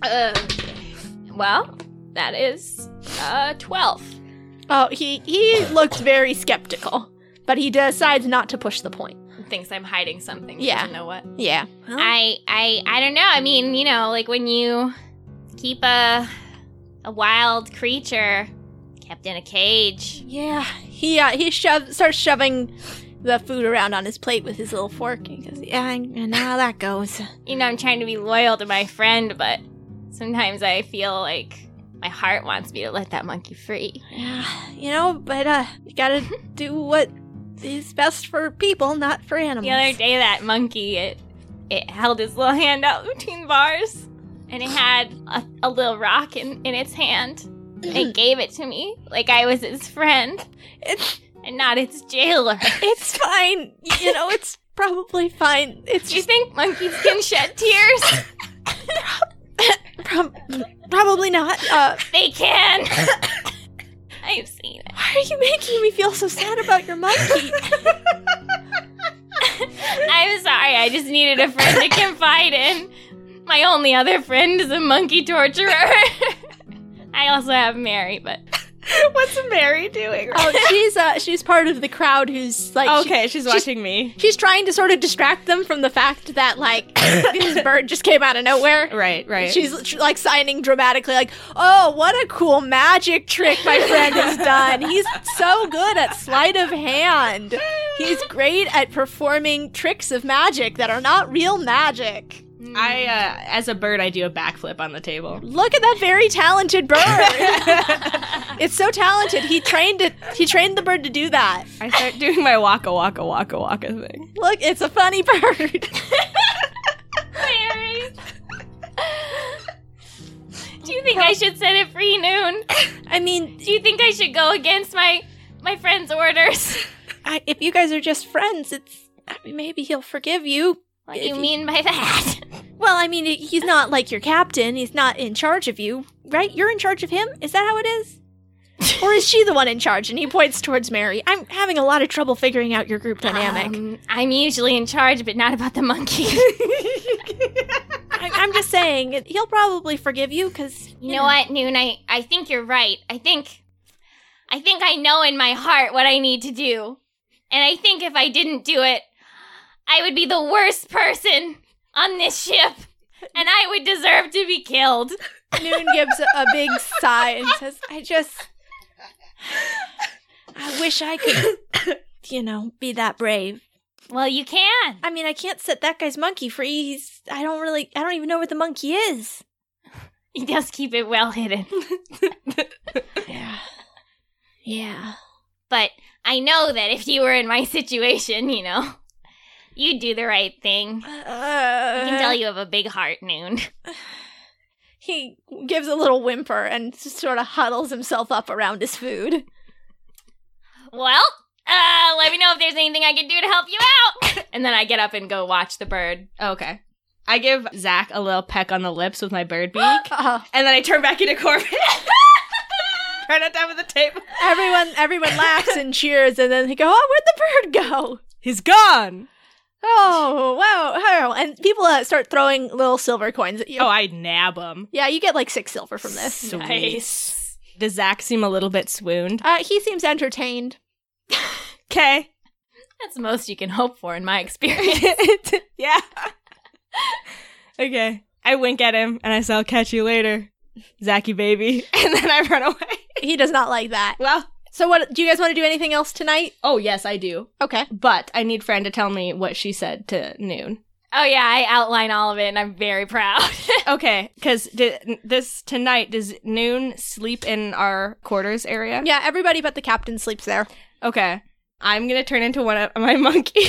S3: Um, well, that is uh 12.
S4: oh, he he looked very skeptical, but he decides not to push the point.
S3: Thinks I'm hiding something. but
S4: Yeah.
S3: doesn't know what.
S4: Yeah.
S3: I I I don't know. I mean, you know, like when you keep a a wild creature kept in a cage.
S4: yeah. He uh, he shove, starts shoving the food around on his plate with his little fork and goes, "Yeah, and how that goes."
S3: You know, I'm trying to be loyal to my friend, but sometimes I feel like my heart wants me to let that monkey free.
S4: Yeah, you know, but uh, you gotta do what is best for people, not for animals.
S3: The other day that monkey it it held his little hand out between bars and it had a, a little rock in, in its hand. And it gave it to me like I was its friend
S4: It's
S3: and not its jailer.
S4: it's fine. You know, it's probably fine. It's
S3: Do you
S4: just
S3: think monkeys can shed tears?
S4: prob- probably not. Uh,
S3: They can. I've seen it.
S4: why are you making me feel so sad about your monkey?
S3: I'm sorry. I just needed a friend to confide in. My only other friend is a monkey torturer. I also have Mary, but
S2: What's Mary doing?
S4: oh, she's uh, she's part of the crowd who's like, she-
S2: okay, she's watching me.
S4: she's trying to sort of distract them from the fact that like this bird just came out of nowhere.
S2: Right, right.
S4: She's tr- like signing dramatically, like, "Oh, what a cool magic trick my friend has done. He's so good at sleight of hand. He's great at performing tricks of magic that are not real magic.
S3: mm,
S2: I, uh, as a bird, I do a backflip on the table.
S4: Look at that very talented bird. it's so talented. He trained it. He trained the bird to do that.
S2: I start doing my waka waka waka waka thing.
S4: Look, it's a funny bird.
S3: Mary. Do you think I should set it free noon?
S4: I mean,
S3: Do you think I should go against my my friend's orders?
S4: I, if you guys are just friends, it's I mean, maybe he'll forgive you.
S3: What do you mean by that?
S4: Well, I mean, he's not like your captain. He's not in charge of you, right? You're in charge of him. Is that how it is? or is she the one in charge? And he points towards Mary. I'm having a lot of trouble figuring out your group dynamic.
S3: Um, I'm usually in charge, but not about the monkey.
S4: I- I'm just saying, he'll probably forgive you because
S3: You know what, Noon? I, I think you're right. I think I think I know in my heart what I need to do. And I think if I didn't do it, I would be the worst person on this ship. And I would deserve to be killed.
S4: Noon gives a, a big sigh and says, "I just, I wish I could, you know, be that brave.
S3: Well, you can.
S4: I mean, I can't set that guy's monkey free. He's, I don't really, I don't even know where the monkey is.
S3: You just keep it well hidden.
S4: Yeah, yeah."
S3: But I know that if you were in my situation, you know, you'd do the right thing.
S4: Uh,
S3: I can tell you have a big heart, Noon.
S4: He gives a little whimper and just sort of huddles himself up around his food.
S3: Well, uh, let me know if there's anything I can do to help you out. And then I get up and go watch the bird.
S2: Okay. I give Zach a little peck on the lips with my bird beak, and
S4: Oh,
S2: then I turn back into Corbin. turn on top of the table.
S4: everyone, everyone laughs and cheers, and then they go, "Oh, where'd the bird go?"
S2: He's gone.
S4: Oh, wow, wow! And people uh, start throwing little silver coins at you.
S2: Oh, I nab him.
S4: yeah, you get like six silver from this.
S2: Sweet. Does Zach seem a little bit swooned?
S4: Uh, he seems entertained.
S2: Okay.
S3: That's the most you can hope for in my experience.
S2: yeah. okay. I wink at him and I say, I'll catch you later, Zachy baby. And then I run away.
S4: He does not like that.
S2: Well,
S4: So, what do you guys want to do? Anything else tonight?
S2: oh, yes, I do.
S4: Okay.
S2: But I need Fran to tell me what she said to Noon.
S3: oh, yeah, I outline all of it and I'm very proud.
S2: Okay, because this tonight, does Noon sleep in our quarters area?
S4: Yeah, everybody but the captain sleeps there.
S2: Okay. I'm going to turn into one of my monkey.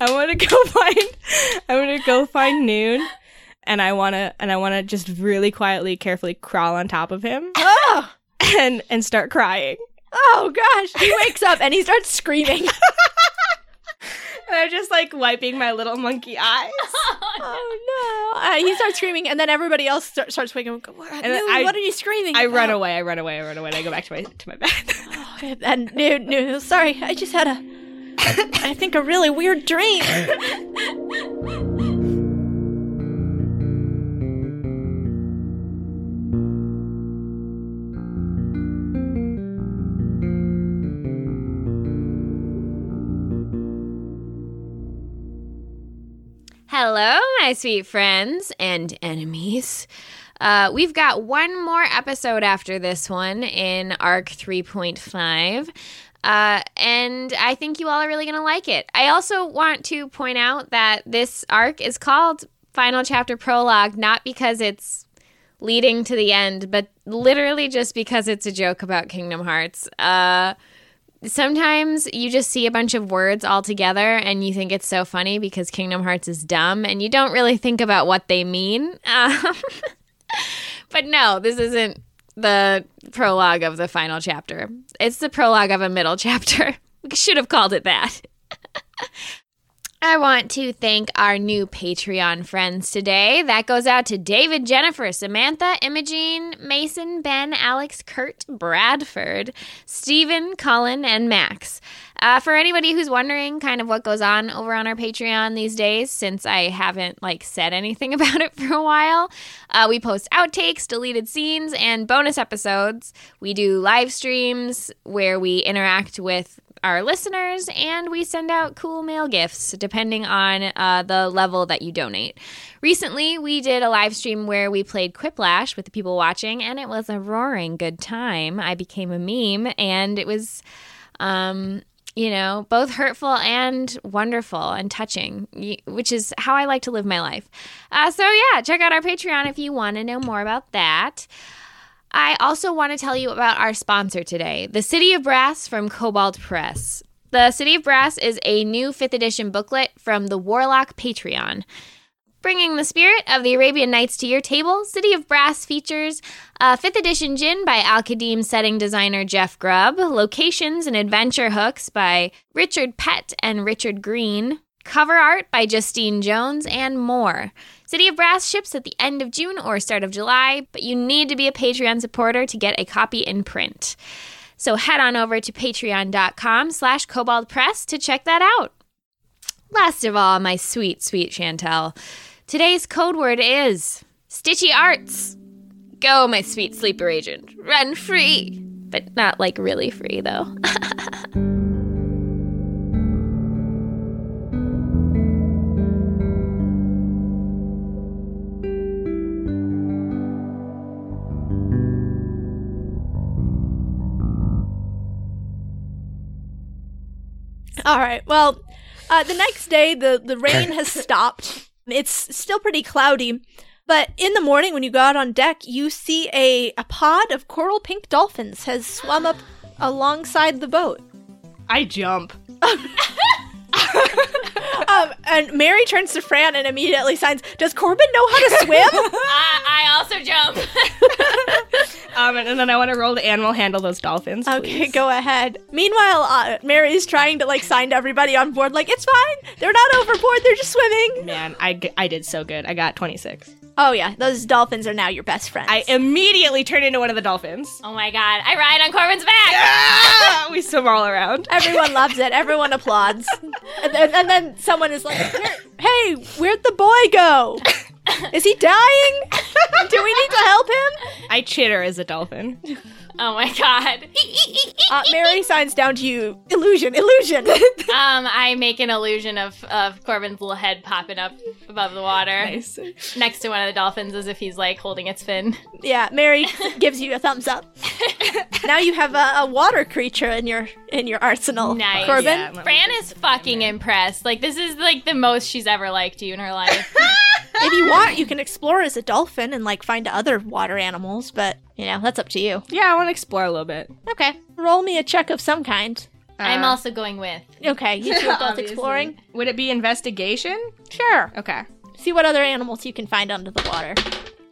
S2: I want gonna go find. I'm gonna go find Noon, and I wanna and I wanna just really quietly, carefully crawl on top of him
S4: Oh,
S2: and and start crying.
S4: oh gosh. He wakes up and he starts screaming.
S2: And I'm just like wiping my little monkey eyes.
S4: oh no. Uh, he starts screaming and then everybody else start, starts waking up. What,
S2: then
S4: Noon,
S2: I-
S4: what are you screaming?
S2: I run
S4: about?
S2: away. I run away. I run away. And I go back to my to my bed.
S4: Oh, good. and Noon, Noon, sorry. I just had a I think a really weird dream.
S3: Hello, my sweet friends and enemies. Uh, we've got one more episode after this one in ARC 3.5. Uh, and I think you all are really going to like it. I also want to point out that this arc is called Final Chapter Prologue, not because it's leading to the end, but literally just because it's a joke about Kingdom Hearts. Uh, sometimes you just see a bunch of words all together and you think it's so funny because Kingdom Hearts is dumb and you don't really think about what they mean. Um, but no, this isn't the prologue of the final chapter. It's the prologue of a middle chapter. We should have called it that. I want to thank our new Patreon friends today. That goes out to David, Jennifer, Samantha, Imogene, Mason, Ben, Alex, Kurt, Bradford, Stephen, Colin, and Max. Uh, for anybody who's wondering kind of what goes on over on our Patreon these days, since I haven't like said anything about it for a while, uh, we post outtakes, deleted scenes, and bonus episodes. We do live streams where we interact with our listeners, and we send out cool mail gifts depending on uh, the level that you donate. Recently, we did a live stream where we played Quiplash with the people watching, and it was a roaring good time. I became a meme, and it was, um, you know, both hurtful and wonderful and touching, y- which is how I like to live my life. Uh, so, yeah, check out our Patreon if you want to know more about that. I also want to tell you about our sponsor today, the City of Brass from Cobalt Press. The City of Brass is a new 5th edition booklet from the Warlock Patreon. Bringing the spirit of the Arabian Nights to your table, City of Brass features a 5th edition gin by Al Qadim setting designer Jeff Grubb, locations and adventure hooks by Richard Pett and Richard Green, cover art by Justine Jones, and more. City of Brass ships at the end of June or start of July, but you need to be a Patreon supporter to get a copy in print. So head on over to patreon.com slash Cobalt Press to check that out. Last of all, my sweet, sweet Chantel, today's code word is Stitchy Arts. Go, my sweet sleeper agent. Run free. But not like really free, though.
S4: All right. Well, uh, the next day, the, the rain has stopped. It's still pretty cloudy. But in the morning, when you go out on deck, you see a, a pod of coral pink dolphins has swum up alongside the boat.
S2: I jump.
S4: Um, and Mary turns to Fran and immediately signs, Does Corbin know how to swim?
S3: I, I also jump.
S2: Um, and, and then I want to roll to animal handle those dolphins.
S4: okay,
S2: please.
S4: go ahead. Meanwhile, uh, Mary is trying to like sign to everybody on board, like, It's fine. They're not overboard. They're just swimming.
S2: Man, I, g- I did so good. I got 26.
S4: Oh, yeah. Those dolphins are now your best friends.
S2: I immediately turn into one of the dolphins.
S3: oh my god, I ride on Corbin's back.
S2: Ah! we swim all around.
S4: Everyone loves it. Everyone applauds. And then, and then someone is like, "Where- "Hey, where'd the boy go? Is he dying? Do we need to help him?"
S2: I chitter as a dolphin.
S3: Oh my god.
S4: Uh, Mary signs down to you. Illusion, illusion.
S3: um, I make an illusion of, of Corbin's little head popping up above the water
S2: Nice.
S3: next to one of the dolphins as if he's like holding its fin.
S4: yeah, Mary gives you a thumbs up. now you have a, a water creature in your in your arsenal,
S3: Nice.
S4: Corbin.
S2: Yeah. Let me
S3: Fran is fucking impressed. Like this is like the most she's ever liked you in her life.
S4: If you want, you can explore as a dolphin and like find other water animals, but you know that's up to you.
S2: Yeah, I want to explore a little bit.
S4: Okay, roll me a check of some kind.
S3: I'm
S2: Uh,
S3: also going with.
S4: Okay, you two are both
S3: Obviously.
S4: exploring.
S2: Would it be investigation?
S4: Sure.
S2: Okay.
S4: See what other animals you can find under the water.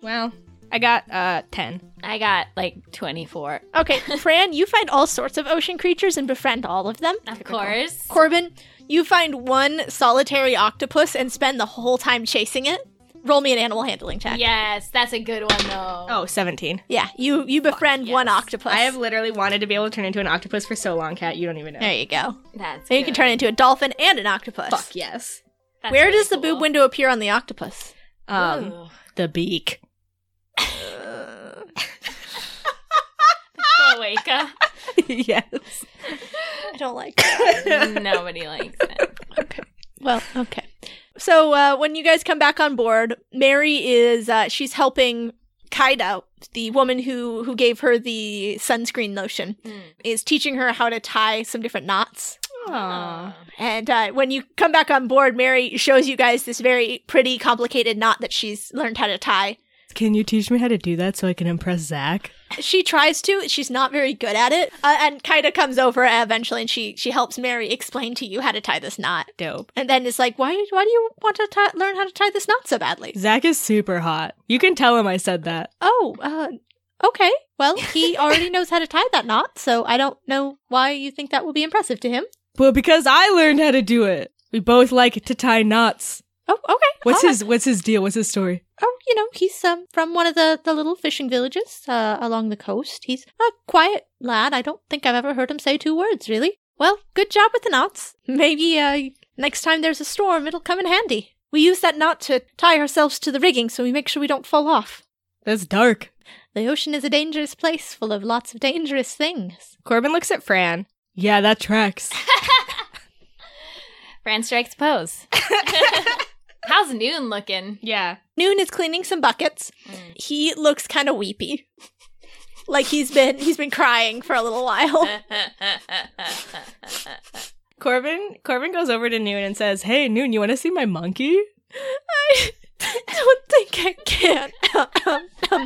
S2: Well, I got uh ten.
S3: I got like 24.
S4: Okay, Fran, you find all sorts of ocean creatures and befriend all of them.
S3: Of course.
S4: Corbin, you find one solitary octopus and spend the whole time chasing it. Roll me an animal handling check.
S3: Yes, that's a good one though.
S2: Oh, 17.
S4: Yeah, you you befriend one
S3: yes.
S4: octopus.
S2: I have literally wanted to be able to turn into an octopus for so long, Cat. You don't even know.
S4: There you go.
S3: that's
S4: So you can turn into a dolphin and an octopus.
S2: Fuck yes.
S4: Where does the boob window appear on the octopus?
S2: Um, the beak.
S3: wake up?
S2: yes.
S4: I don't like.
S3: Nobody likes it.
S4: well, okay. So uh, when you guys come back on board, Mary is uh, she's helping Kaida, the woman who who gave her the sunscreen lotion,
S3: Mm.
S4: is teaching her how to tie some different knots.
S2: Aww.
S4: And uh, when you come back on board, Mary shows you guys this very pretty, complicated knot that she's learned how to tie.
S2: Can you teach me how to do that so I can impress Zach?
S4: She tries to. She's not very good at it. Uh, and Kaida comes over eventually, and she she helps Mary explain to you how to tie this knot.
S2: Dope.
S4: And then it's like, why why do you want to tie learn how to tie this knot so badly?
S2: Zach is super hot. You can tell him I said that.
S4: Oh, uh, okay. Well, he already knows how to tie that knot, so I don't know why you think that will be impressive to him.
S2: Well, because I learned how to do it. We both like to tie knots.
S4: Oh, okay.
S2: What's
S4: All right.
S2: his What's his deal? What's his story?
S4: Oh, you know, he's um, from one of the, the little fishing villages uh, along the coast. He's a quiet lad. I don't think I've ever heard him say two words, really. Well, good job with the knots. Maybe uh, next time there's a storm, it'll come in handy. We use that knot to tie ourselves to the rigging so we make sure we don't fall off.
S2: That's dark.
S4: The ocean is a dangerous place full of lots of dangerous things.
S2: Corbin looks at Fran. Yeah, that tracks.
S3: Fran strikes pose. How's noon looking?
S2: yeah.
S4: Noon is cleaning some buckets. He looks kind of weepy. like he's been he's been crying for a little while.
S2: Corbin Corbin goes over to Noon and says, "Hey, Noon, you want to see my monkey?"
S4: I don't think I can. um, um, I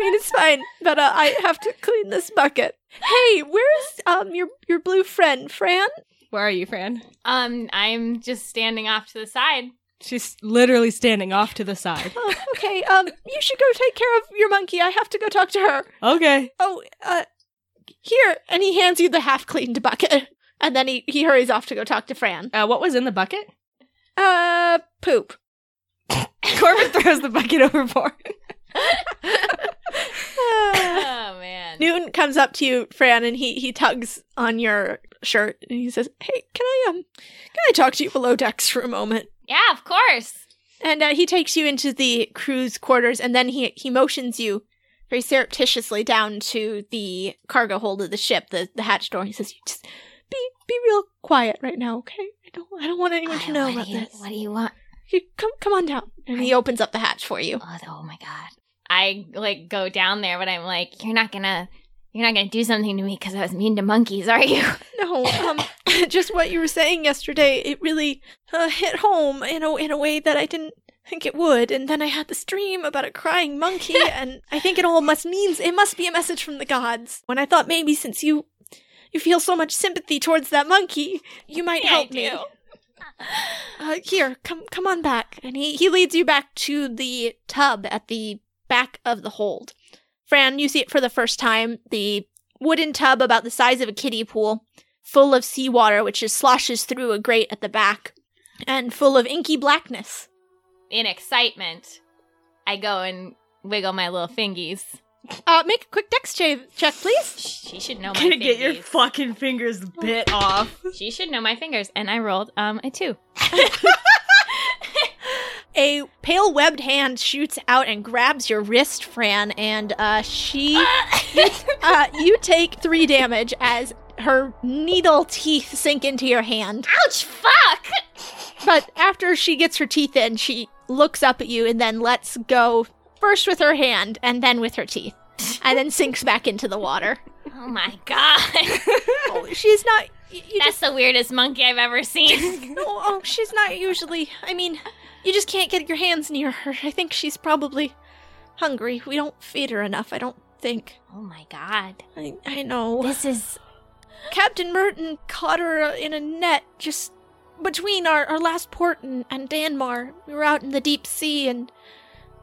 S4: mean, it's fine, but uh, I have to clean this bucket. Hey, where's um your your blue friend Fran?
S2: Where are you, Fran?
S3: um, I'm just standing off to the side.
S2: She's literally standing off to the side.
S4: Oh, okay, um, you should go take care of your monkey. I have to go talk to her.
S2: Okay.
S4: Oh, uh, here, and he hands you the half cleaned bucket, and then he he hurries off to go talk to Fran.
S2: Uh, what was in the bucket?
S4: Uh, poop.
S2: Corbin throws the bucket overboard.
S4: Uh,
S3: Oh man.
S4: Newton comes up to you, Fran, and he he tugs on your shirt and he says, "Hey, can I um can I talk to you below decks for a moment?"
S3: Yeah, of course.
S4: And uh, he takes you into the crew's quarters, and then he he motions you very surreptitiously down to the cargo hold of the ship, the the hatch door. And he says, "You just be be real quiet right now, okay? I don't I don't want anyone to know
S3: what
S4: about
S3: do you,
S4: this.
S3: What do you want?
S4: You, come come on down." And he opens up the hatch for you.
S3: Oh, oh my god. I like go down there, but I'm like, you're not gonna, you're not gonna do something to me because I was mean to monkeys, are you?
S4: No, um, just what you were saying yesterday, it really uh, hit home in a in a way that I didn't think it would. And then I had this dream about a crying monkey, and I think it all must means it must be a message from the gods. When I thought maybe since you you feel so much sympathy towards that monkey, you might
S3: Yeah, I
S4: help me.
S3: do.
S4: Uh, here, come come on back, and he he leads you back to the tub at the back of the hold. Fran, you see it for the first time. The wooden tub about the size of a kiddie pool, full of seawater, which just sloshes through a grate at the back, and full of inky blackness.
S3: In excitement, I go and wiggle my little fingies.
S4: Uh, make a quick dex cha- check, please.
S3: She should know Oh, my
S2: Gonna
S3: fingies.
S2: get your fucking fingers bit off.
S3: she should know my fingers, and I rolled um a two.
S4: A pale webbed hand shoots out and grabs your wrist, Fran, and uh, she. uh, you take three damage as her needle teeth sink into your hand.
S3: Ouch! Fuck!
S4: But after she gets her teeth in, she looks up at you and then lets go first with her hand and then with her teeth, and then sinks back into the water.
S3: Oh my god,
S4: Oh, she's not. You, you just
S3: that's the weirdest monkey I've ever seen.
S4: oh, oh, she's not usually. I mean, you just can't get your hands near her. I think she's probably hungry. We don't feed her enough. I don't think.
S3: oh my god,
S4: I I know.
S3: this is
S4: Captain Merton caught her uh, in a net just between our, our last port and, and Danmar. We were out in the deep sea and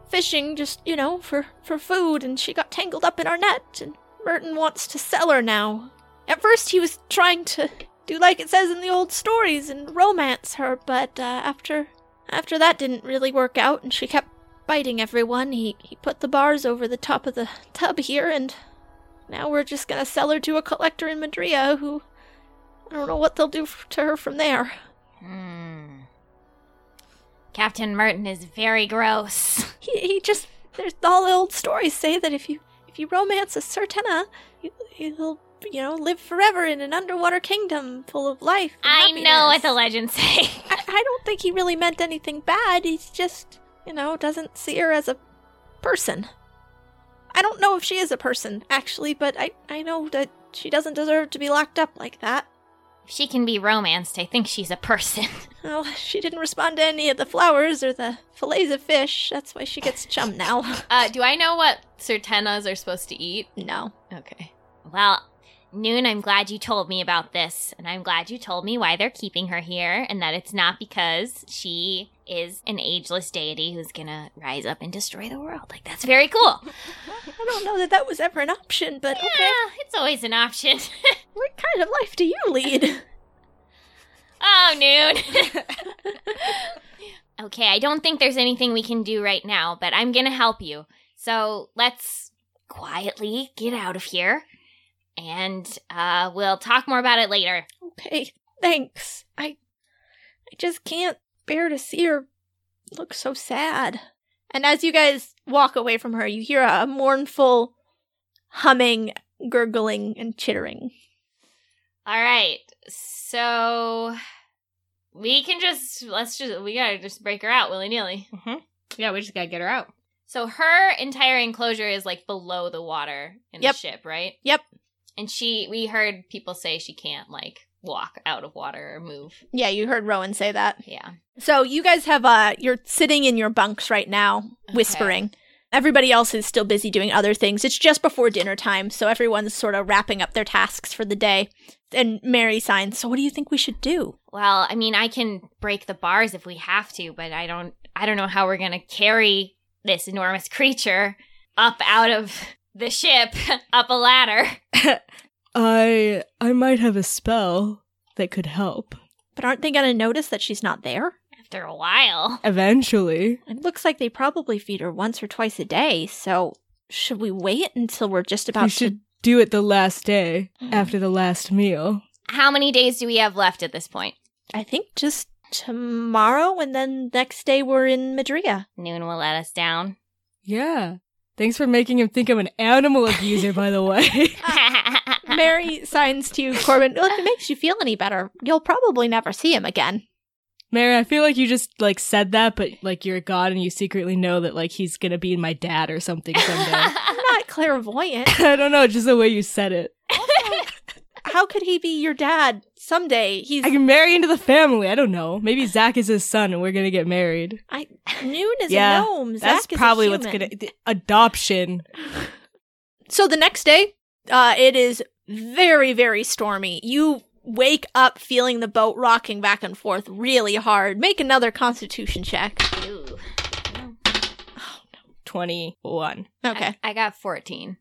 S4: fishing just, you know, for, for food, and she got tangled up in our net, and Merton wants to sell her now. At first, he was trying to do like it says in the old stories and romance her, but uh, after after that didn't really work out, and she kept biting everyone, he, he put the bars over the top of the tub here, and now we're just gonna sell her to a collector in Madria who. I don't know what they'll do f- to her from there.
S3: Hmm. Captain Merton is very gross.
S4: He, he just. There's all the old stories say that if you if you romance a Certena, you, you'll, you know, live forever in an underwater kingdom full of life. and
S3: I know what
S4: happiness.
S3: the legends say.
S4: I, I don't think he really meant anything bad. He's just, you know, doesn't see her as a person. I don't know if she is a person, actually, but I, I know that she doesn't deserve to be locked up like that.
S3: If she can be romanced, I think she's a person.
S4: Well, she didn't respond to any of the flowers or the fillets of fish. That's why she gets chum now.
S2: Uh, do I know what Sertenas are supposed to eat?
S4: no.
S2: Okay.
S3: Well, Noon, I'm glad you told me about this, and I'm glad you told me why they're keeping her here, and that it's not because she is an ageless deity who's gonna rise up and destroy the world. Like, that's very cool.
S4: I don't know that that was ever an option, but okay.
S3: Yeah, Ah, it's always an option.
S4: What kind of life do you lead?
S3: oh, Noon. okay, I don't think there's anything we can do right now, but I'm gonna help you. So let's quietly get out of here, and uh, we'll talk more about it later.
S4: okay, thanks. I, I just can't bear to see her look so sad. And as you guys walk away from her, you hear a mournful humming, gurgling, and chittering.
S3: All right. So we can just let's just we gotta just break her out willy nilly.
S2: Mm-hmm. Yeah, we just gotta get her out.
S3: So her entire enclosure is like below the water in
S4: Yep.
S3: the ship, right?
S4: Yep.
S3: And she, we heard people say she can't like walk out of water or move.
S4: Yeah, you heard Rowan say that.
S3: Yeah.
S4: So you guys have uh you're sitting in your bunks right now, whispering. Everybody else is still busy doing other things. It's just before dinner time, so everyone's sort of wrapping up their tasks for the day. And Mary signs, "So what do you think we should do?"
S3: Well, I mean, I can break the bars if we have to, but I don't. I don't know how we're gonna carry this enormous creature up out of the ship up a ladder.
S5: I I might have a spell that could help
S4: But aren't they going to notice that she's not there?
S3: After a while,
S5: eventually.
S4: It looks like they probably feed her once or twice a day, so should we wait until we're just about
S5: We should do it the last day after the last meal.
S3: how many days do we have left at this point?
S4: to I think just tomorrow and then next day we're in Madria.
S3: Noon will let us down.
S5: Yeah. Thanks for making him think I'm an animal abuser, by the way.
S4: Mary signs to Corbin, well, if it makes you feel any better, you'll probably never see him again.
S5: Mary, I feel like you just like said that, but like you're a god and you secretly know that like he's gonna be my dad or something someday.
S4: I'm not clairvoyant.
S5: I don't know, just the way you said it.
S4: How could he be your dad someday? He's
S5: I can marry into the family. I don't know. Maybe Zach is his son and we're gonna get married.
S4: I Noon is
S5: Yeah,
S4: a gnome.
S5: That's
S4: Zack is a
S5: probably what's
S4: human.
S5: gonna the adoption.
S4: So the next day, uh, it is very, very stormy. You wake up feeling the boat rocking back and forth really hard. Make another constitution check.
S3: Ooh.
S5: Twenty one.
S4: Okay.
S3: I, I got 14.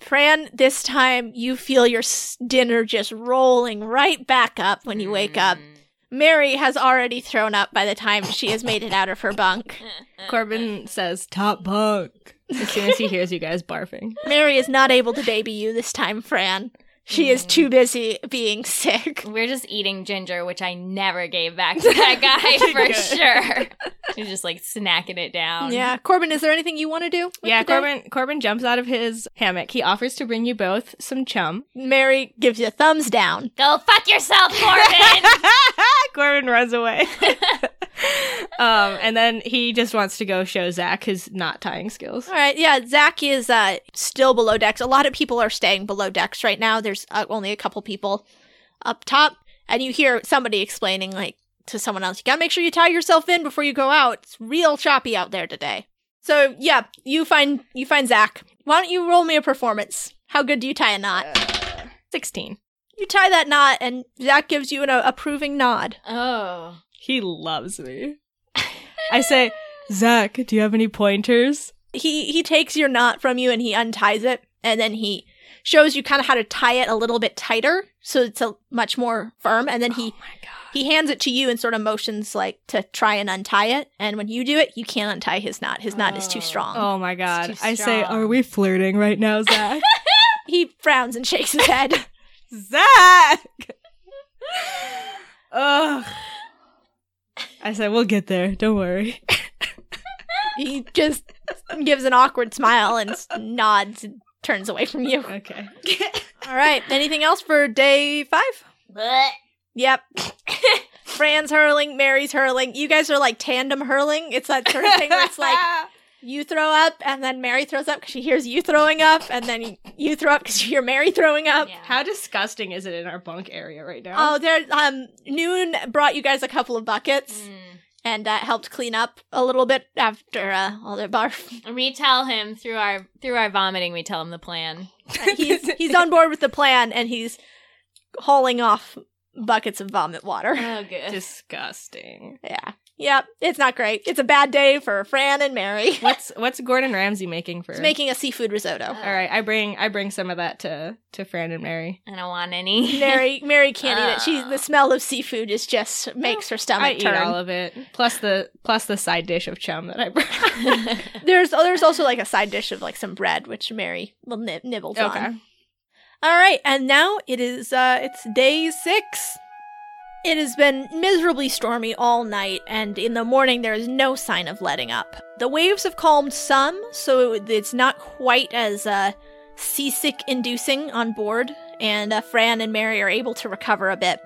S4: Fran, this time you feel your s- dinner just rolling right back up when you wake
S5: Mm.
S4: up.
S3: Mm.
S4: Mary has already thrown up by the time she has made it out of her bunk. uh,
S5: Corbin says top bunk as soon as he hears you guys barfing.
S4: Mary is not able to baby you this time, Fran. She is too busy being sick.
S3: We're just eating ginger, which I never gave back to that guy for
S5: Good.
S3: sure. He's just like snacking it down.
S4: Yeah. Corbin, is there anything you want to do? with
S2: Yeah,
S4: the day?
S2: Corbin Corbin jumps out of his hammock. He offers to bring you both some chum.
S4: Mary gives you a thumbs down.
S3: Go fuck yourself, Corbin!
S2: Corbin runs away. um, and then he just wants to go show Zach his knot tying skills.
S4: All right, yeah, Zach is uh, still below decks. A lot of people are staying below decks right now. There's uh, only a couple people up top, and you hear somebody explaining, like, to someone else, you gotta make sure you tie yourself in before you go out. It's real choppy out there today. So yeah, you find you find Zach. Why don't you roll me a performance? How good do you tie a knot?
S2: Sixteen.
S4: You tie that knot, and Zach gives you an uh, approving nod.
S3: Oh.
S5: He loves me. I say, Zach, do you have any pointers?
S4: He he takes your knot from you, and he unties it, and then he shows you kind of how to tie it a little bit tighter, so it's a much more firm. And then he
S5: Oh my god.
S4: he hands it to you and sort of motions like to try and untie it. And when you do it, you can't untie his knot. His knot is too
S3: Oh.
S4: strong.
S5: Oh my god.
S3: too
S5: I say,
S3: strong.
S5: are we flirting right now, Zach?
S4: He frowns and shakes his head.
S5: Zach! Ugh. I said, we'll get there. Don't worry.
S4: he just gives an awkward smile and s- nods and turns away from you.
S5: Okay.
S4: All right. Anything else for day five?
S3: Blech.
S4: Yep. Fran's hurling, Mary's hurling. You guys are like tandem hurling. It's that sort of thing where it's like you throw up and then Mary throws up because she hears you throwing up, and then you throw up because you hear Mary throwing up.
S3: Yeah.
S5: How disgusting is it in our bunk area right now?
S4: Oh, there. Um, Noon brought you guys a couple of buckets
S3: Mm.
S4: and uh, helped clean up a little bit after uh, all their barf.
S3: We tell him through our through our vomiting. We tell him the plan.
S4: he's he's on board with the plan and he's hauling off buckets of vomit water.
S3: Oh, good.
S5: disgusting.
S4: Yeah. Yep. It's not great. It's a bad day for Fran and Mary.
S5: What's what's Gordon Ramsay making for?
S4: He's making uh, a seafood risotto.
S5: All right, I bring I bring some of that to to Fran and Mary.
S3: I don't want any.
S4: Mary Mary can't eat it. She's the smell of seafood is just makes her
S5: I
S4: stomach
S5: eat
S4: turn.
S5: all of it, plus the plus the side dish of chum that I brought.
S4: there's oh, there's also like a side dish of like some bread which Mary will nib- nibbles
S5: okay.
S4: on. All right, and now it is uh it's day 6. It has been miserably stormy all night and in the morning there is no sign of letting up. The waves have calmed some, so it- it's not quite as uh seasick inducing on board and uh, Fran and Mary are able to recover a bit.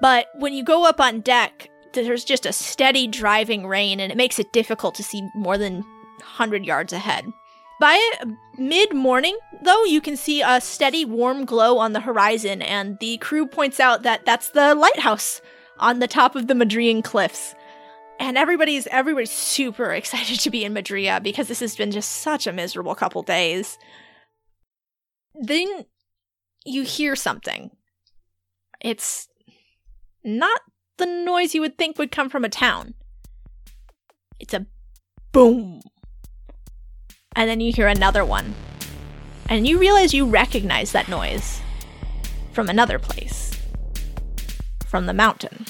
S4: But when you go up on deck, there's just a steady driving rain and it makes it difficult to see more than 100 yards ahead. By mid morning, though, you can see a steady warm glow on the horizon, and the crew points out that that's the lighthouse on the top of the Madrian cliffs. And everybody's everybody's super excited to be in Madria because this has been just such a miserable couple days. Then you hear something. It's not the noise you would think would come from a town. It's a boom. And then you hear another one. And you realize you recognize that noise from another place, from the mountain.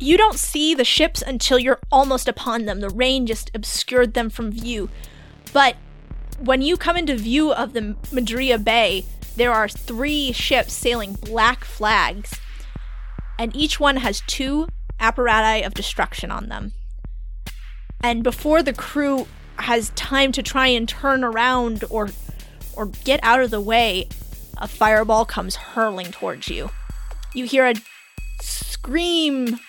S4: You don't see the ships until you're almost upon them. The rain just obscured them from view. But when you come into view of the Madria Bay, there are three ships sailing black flags, and each one has two apparati of destruction on them. And before the crew has time to try and turn around or or get out of the way, a fireball comes hurling towards you. You hear a scream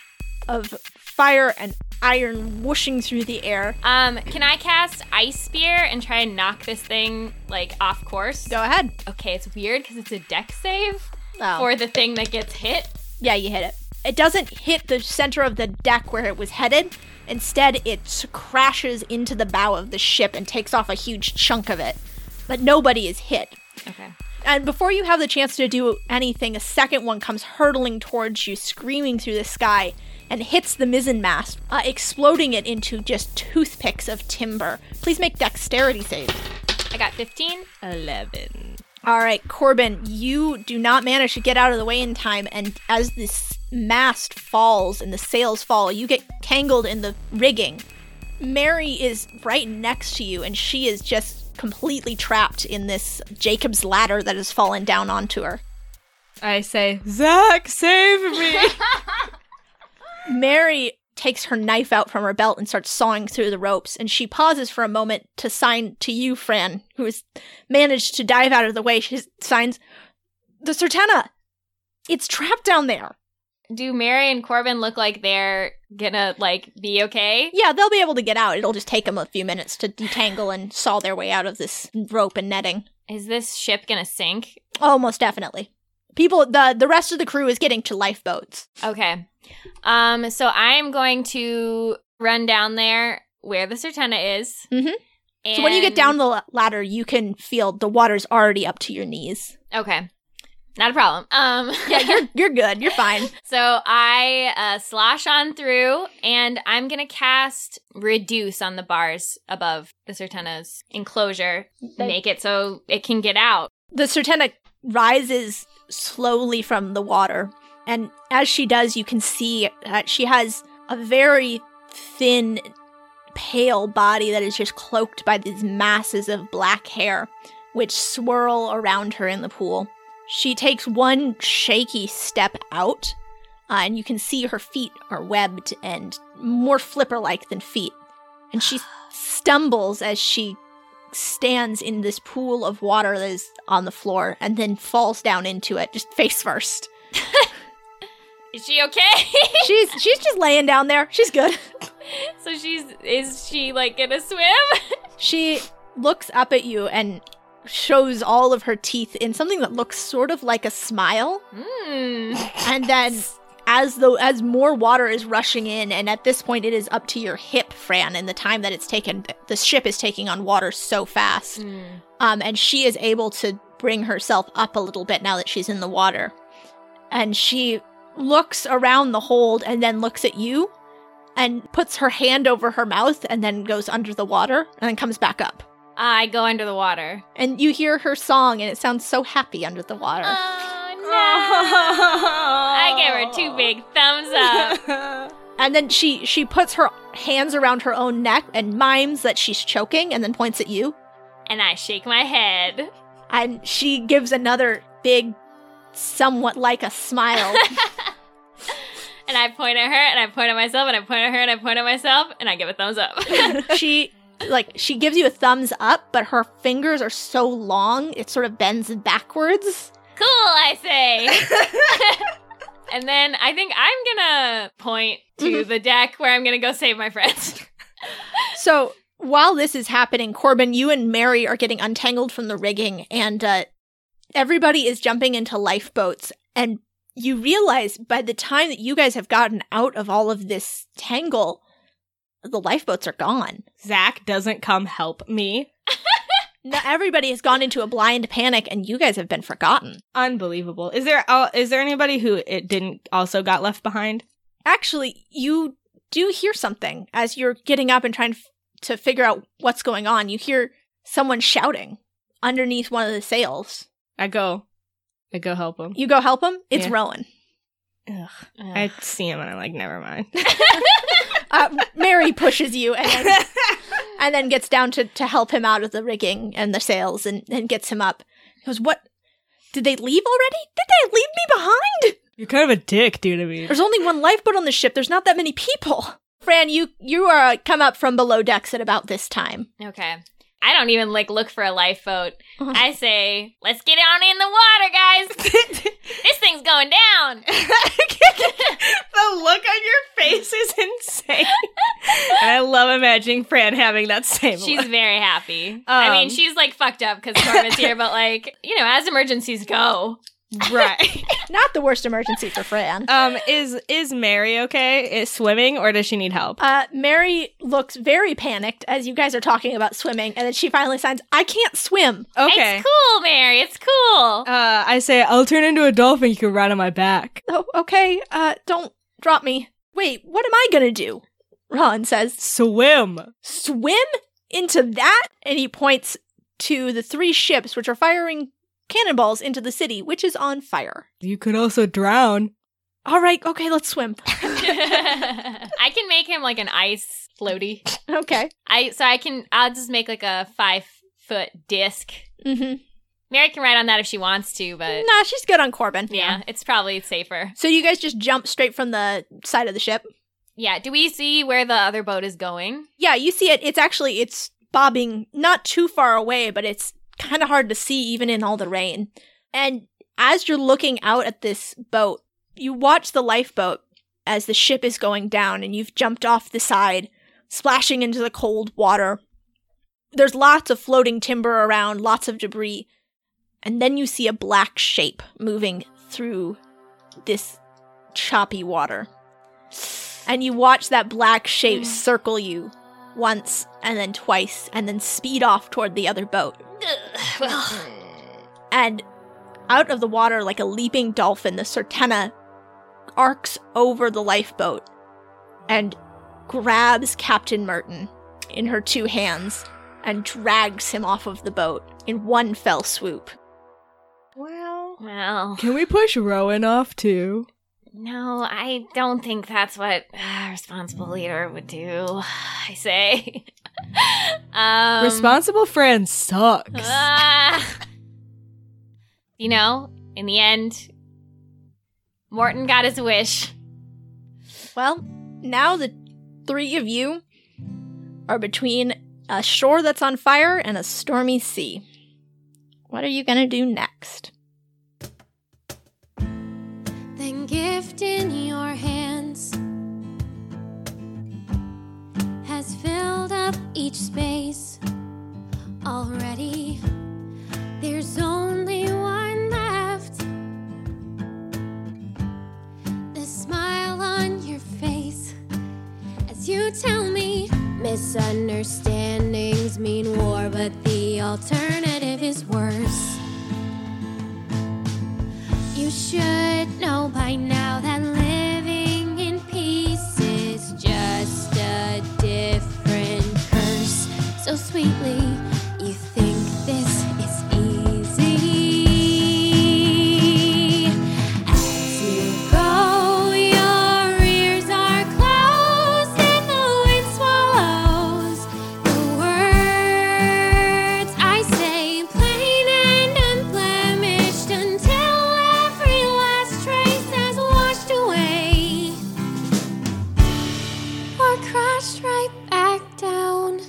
S4: of fire and iron whooshing through the air.
S3: Um, can I cast Ice Spear and try and knock this thing like off course?
S4: Go ahead.
S3: Okay, it's weird because it's a deck save
S4: Oh.
S3: for the thing that gets hit.
S4: yeah, you hit it. It doesn't hit the center of the deck where it was headed. Instead, it s- crashes into the bow of the ship and takes off a huge chunk of it. But nobody is hit.
S3: Okay.
S4: And before you have the chance to do anything, a second one comes hurtling towards you, screaming through the sky, and hits the mizzen mast, uh, exploding it into just toothpicks of timber. Please make dexterity saves.
S3: I got 15.
S5: Eleven.
S4: All right, Corbin, you do not manage to get out of the way in time, and as this mast falls and the sails fall, you get tangled in the rigging. Mary is right next to you, and she is just completely trapped in this Jacob's ladder that has fallen down onto her.
S5: I say, Zach, save me.
S4: Mary takes her knife out from her belt and starts sawing through the ropes, and she pauses for a moment to sign to you, Fran, who has managed to dive out of the way. She signs, The Sertana! It's trapped down there!
S3: Do Mary and Corbin look like they're gonna like be okay?
S4: Yeah, they'll be able to get out. It'll just take them a few minutes to detangle and saw their way out of this rope and netting.
S3: Is this ship gonna sink?
S4: Almost definitely. People, the the rest of the crew is getting to lifeboats.
S3: Okay. Um, so I'm going to run down there where the Sertana is.
S4: Mhm.
S3: And
S4: So when you get down the la- ladder, you can feel the water's already up to your knees.
S3: Okay. Not a problem. Um,
S4: Yeah, you're you're good. You're fine.
S3: so I uh, slosh on through, and I'm gonna cast reduce on the bars above the Sertana's enclosure, make it so it can get out.
S4: The Sertena rises slowly from the water, and as she does, you can see that she has a very thin, pale body that is just cloaked by these masses of black hair, which swirl around her in the pool. She takes one shaky step out, uh, and you can see her feet are webbed and more flipper like than feet. And she stumbles as she stands in this pool of water that is on the floor and then falls down into it just face first.
S3: Is she okay?
S4: She's she's just laying down there. She's good.
S3: so she's is she like gonna swim?
S4: She looks up at you and shows all of her teeth in something that looks sort of like a smile
S3: Mm.
S4: and then as though as more water is rushing in and at this point it is up to your hip Fran and the time that it's taken the ship is taking on water so fast.
S3: Mm.
S4: Um, and she is able to bring herself up a little bit now that she's in the water. And she looks around the hold and then looks at you and puts her hand over her mouth and then goes under the water and then comes back up.
S3: I go under the water.
S4: And you hear her song and it sounds so happy under the water.
S3: Oh no! I gave her two big thumbs up.
S4: And then she she puts her hands around her own neck and mimes that she's choking and then points at you.
S3: and I shake my head.
S4: And she gives another big somewhat like a smile.
S3: And I point at her, and I point at myself, and I point at her, and I point at myself, and I give a thumbs up.
S4: she like she gives you a thumbs up, but her fingers are so long it sort of bends backwards.
S3: cool, I say. and then I think I'm gonna point to
S5: Mm-hmm.
S3: the deck where I'm gonna go save my friends.
S4: So while this is happening, Corbin, you and Mary are getting untangled from the rigging, and uh, everybody is jumping into lifeboats. And you realize by the time that you guys have gotten out of all of this tangle, the lifeboats are gone.
S5: Zach doesn't come help me.
S4: Now everybody has gone into a blind panic, and you guys have been forgotten.
S5: Unbelievable. Is there uh, is there anybody who it didn't also got left behind?
S4: actually you do hear something as you're getting up and trying f- to figure out what's going on you hear someone shouting underneath one of the sails
S5: I go, I go help him.
S4: you go help him it's
S5: Yeah.
S4: rowan
S5: I see him and I'm like, never mind.
S4: uh, mary pushes you and then, and then gets down to, to help him out of the rigging and the sails and, and gets him up he goes what did they leave already did they leave me behind
S5: You're kind of a dick, dude. I mean,
S4: there's only one lifeboat on the ship there's not that many people fran you you are uh, come up from below decks at about this time
S3: Uh, Okay. I don't even like look for a lifeboat.
S4: Uh-huh.
S3: I say, let's get on in the water, guys. this thing's going down.
S5: the look on your face is insane. and I love imagining Fran having that same.
S3: She's
S5: look.
S3: very happy. I mean,
S5: Um.
S3: she's like fucked up because Corbin's here, but like, you know, as emergencies go.
S5: right.
S4: not the worst emergency for fran
S5: Um, is is Mary okay? Is swimming or does she need help?
S4: Uh, Mary looks very panicked as you guys are talking about swimming, and then she finally signs, I can't swim.
S5: Okay.
S3: It's cool, Mary. It's cool.
S5: Uh, I say I'll turn into a dolphin. You can ride on my back.
S4: Oh, okay, uh, don't drop me. Wait, what am I gonna do? Ron says,
S5: Swim.
S4: Swim into that? And he points to the three ships which are firing cannonballs into the city, which is on fire.
S5: You could also drown.
S4: All right, okay, let's swim.
S3: I can make him like an ice floaty.
S4: Okay.
S3: I so I can I'll just make like a five foot disc.
S4: Mm-hmm.
S3: Mary can ride on that if she wants to, but
S4: Nah, she's good on Corbin.
S3: yeah, it's probably safer.
S4: So you guys just jump straight from the side of the ship?
S3: Yeah. Do we see where the other boat is going?
S4: yeah you see it it's actually it's bobbing not too far away but it's kind of hard to see even in all the rain and as you're looking out at this boat you watch the lifeboat as the ship is going down and you've jumped off the side splashing into the cold water there's lots of floating timber around lots of debris and then you see a black shape moving through this choppy water and you watch that black shape circle you once and then twice and then speed off toward the other boat.
S3: Ugh, well,
S4: And Out of the water like a leaping dolphin, the Certena arcs over the lifeboat and grabs Captain Merton in her two hands and drags him off of the boat in one fell swoop.
S2: Well,
S3: Well,
S2: can we push Rowan off too?
S3: no, I don't think that's what a responsible leader would do. I say. um,
S2: Responsible friend sucks.
S3: Ah. you know, in the end, Morton got his wish.
S4: Well, now the three of you are between a shore that's on fire and a stormy sea. What are you going to do next?
S6: then gift in your hands has filled up each space already. There's only one left. The smile on your face as you tell me misunderstandings mean war, but the alternative is worse. You should know by now that living in peace is just a different curse. So sweetly, you think this is easy. As you go, your ears are closed and the wind swallows the words I say, plain and unblemished, until every last trace has washed away or crashed right back down.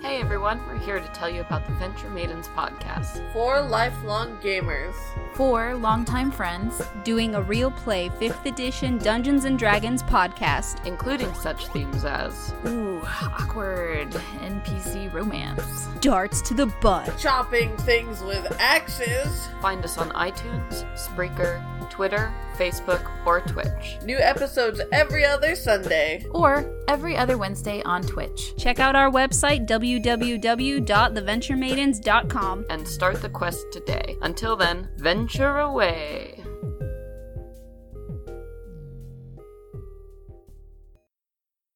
S7: Hey everyone, we're here to tell you about the Venture Maidens podcast.
S8: Four lifelong gamers.
S9: Four longtime friends doing a real play 5th edition Dungeons and Dragons podcast.
S7: Including such themes as
S9: Ooh, awkward NPC romance. Darts to the butt.
S8: Chopping things with axes.
S7: find us on iTunes, Spreaker, Twitter, Facebook, or Twitch.
S8: New episodes every other Sunday.
S9: Or every other Wednesday on Twitch. Check out our website www.theventuremaidens.com.
S7: And start the quest today. Until then, venture away!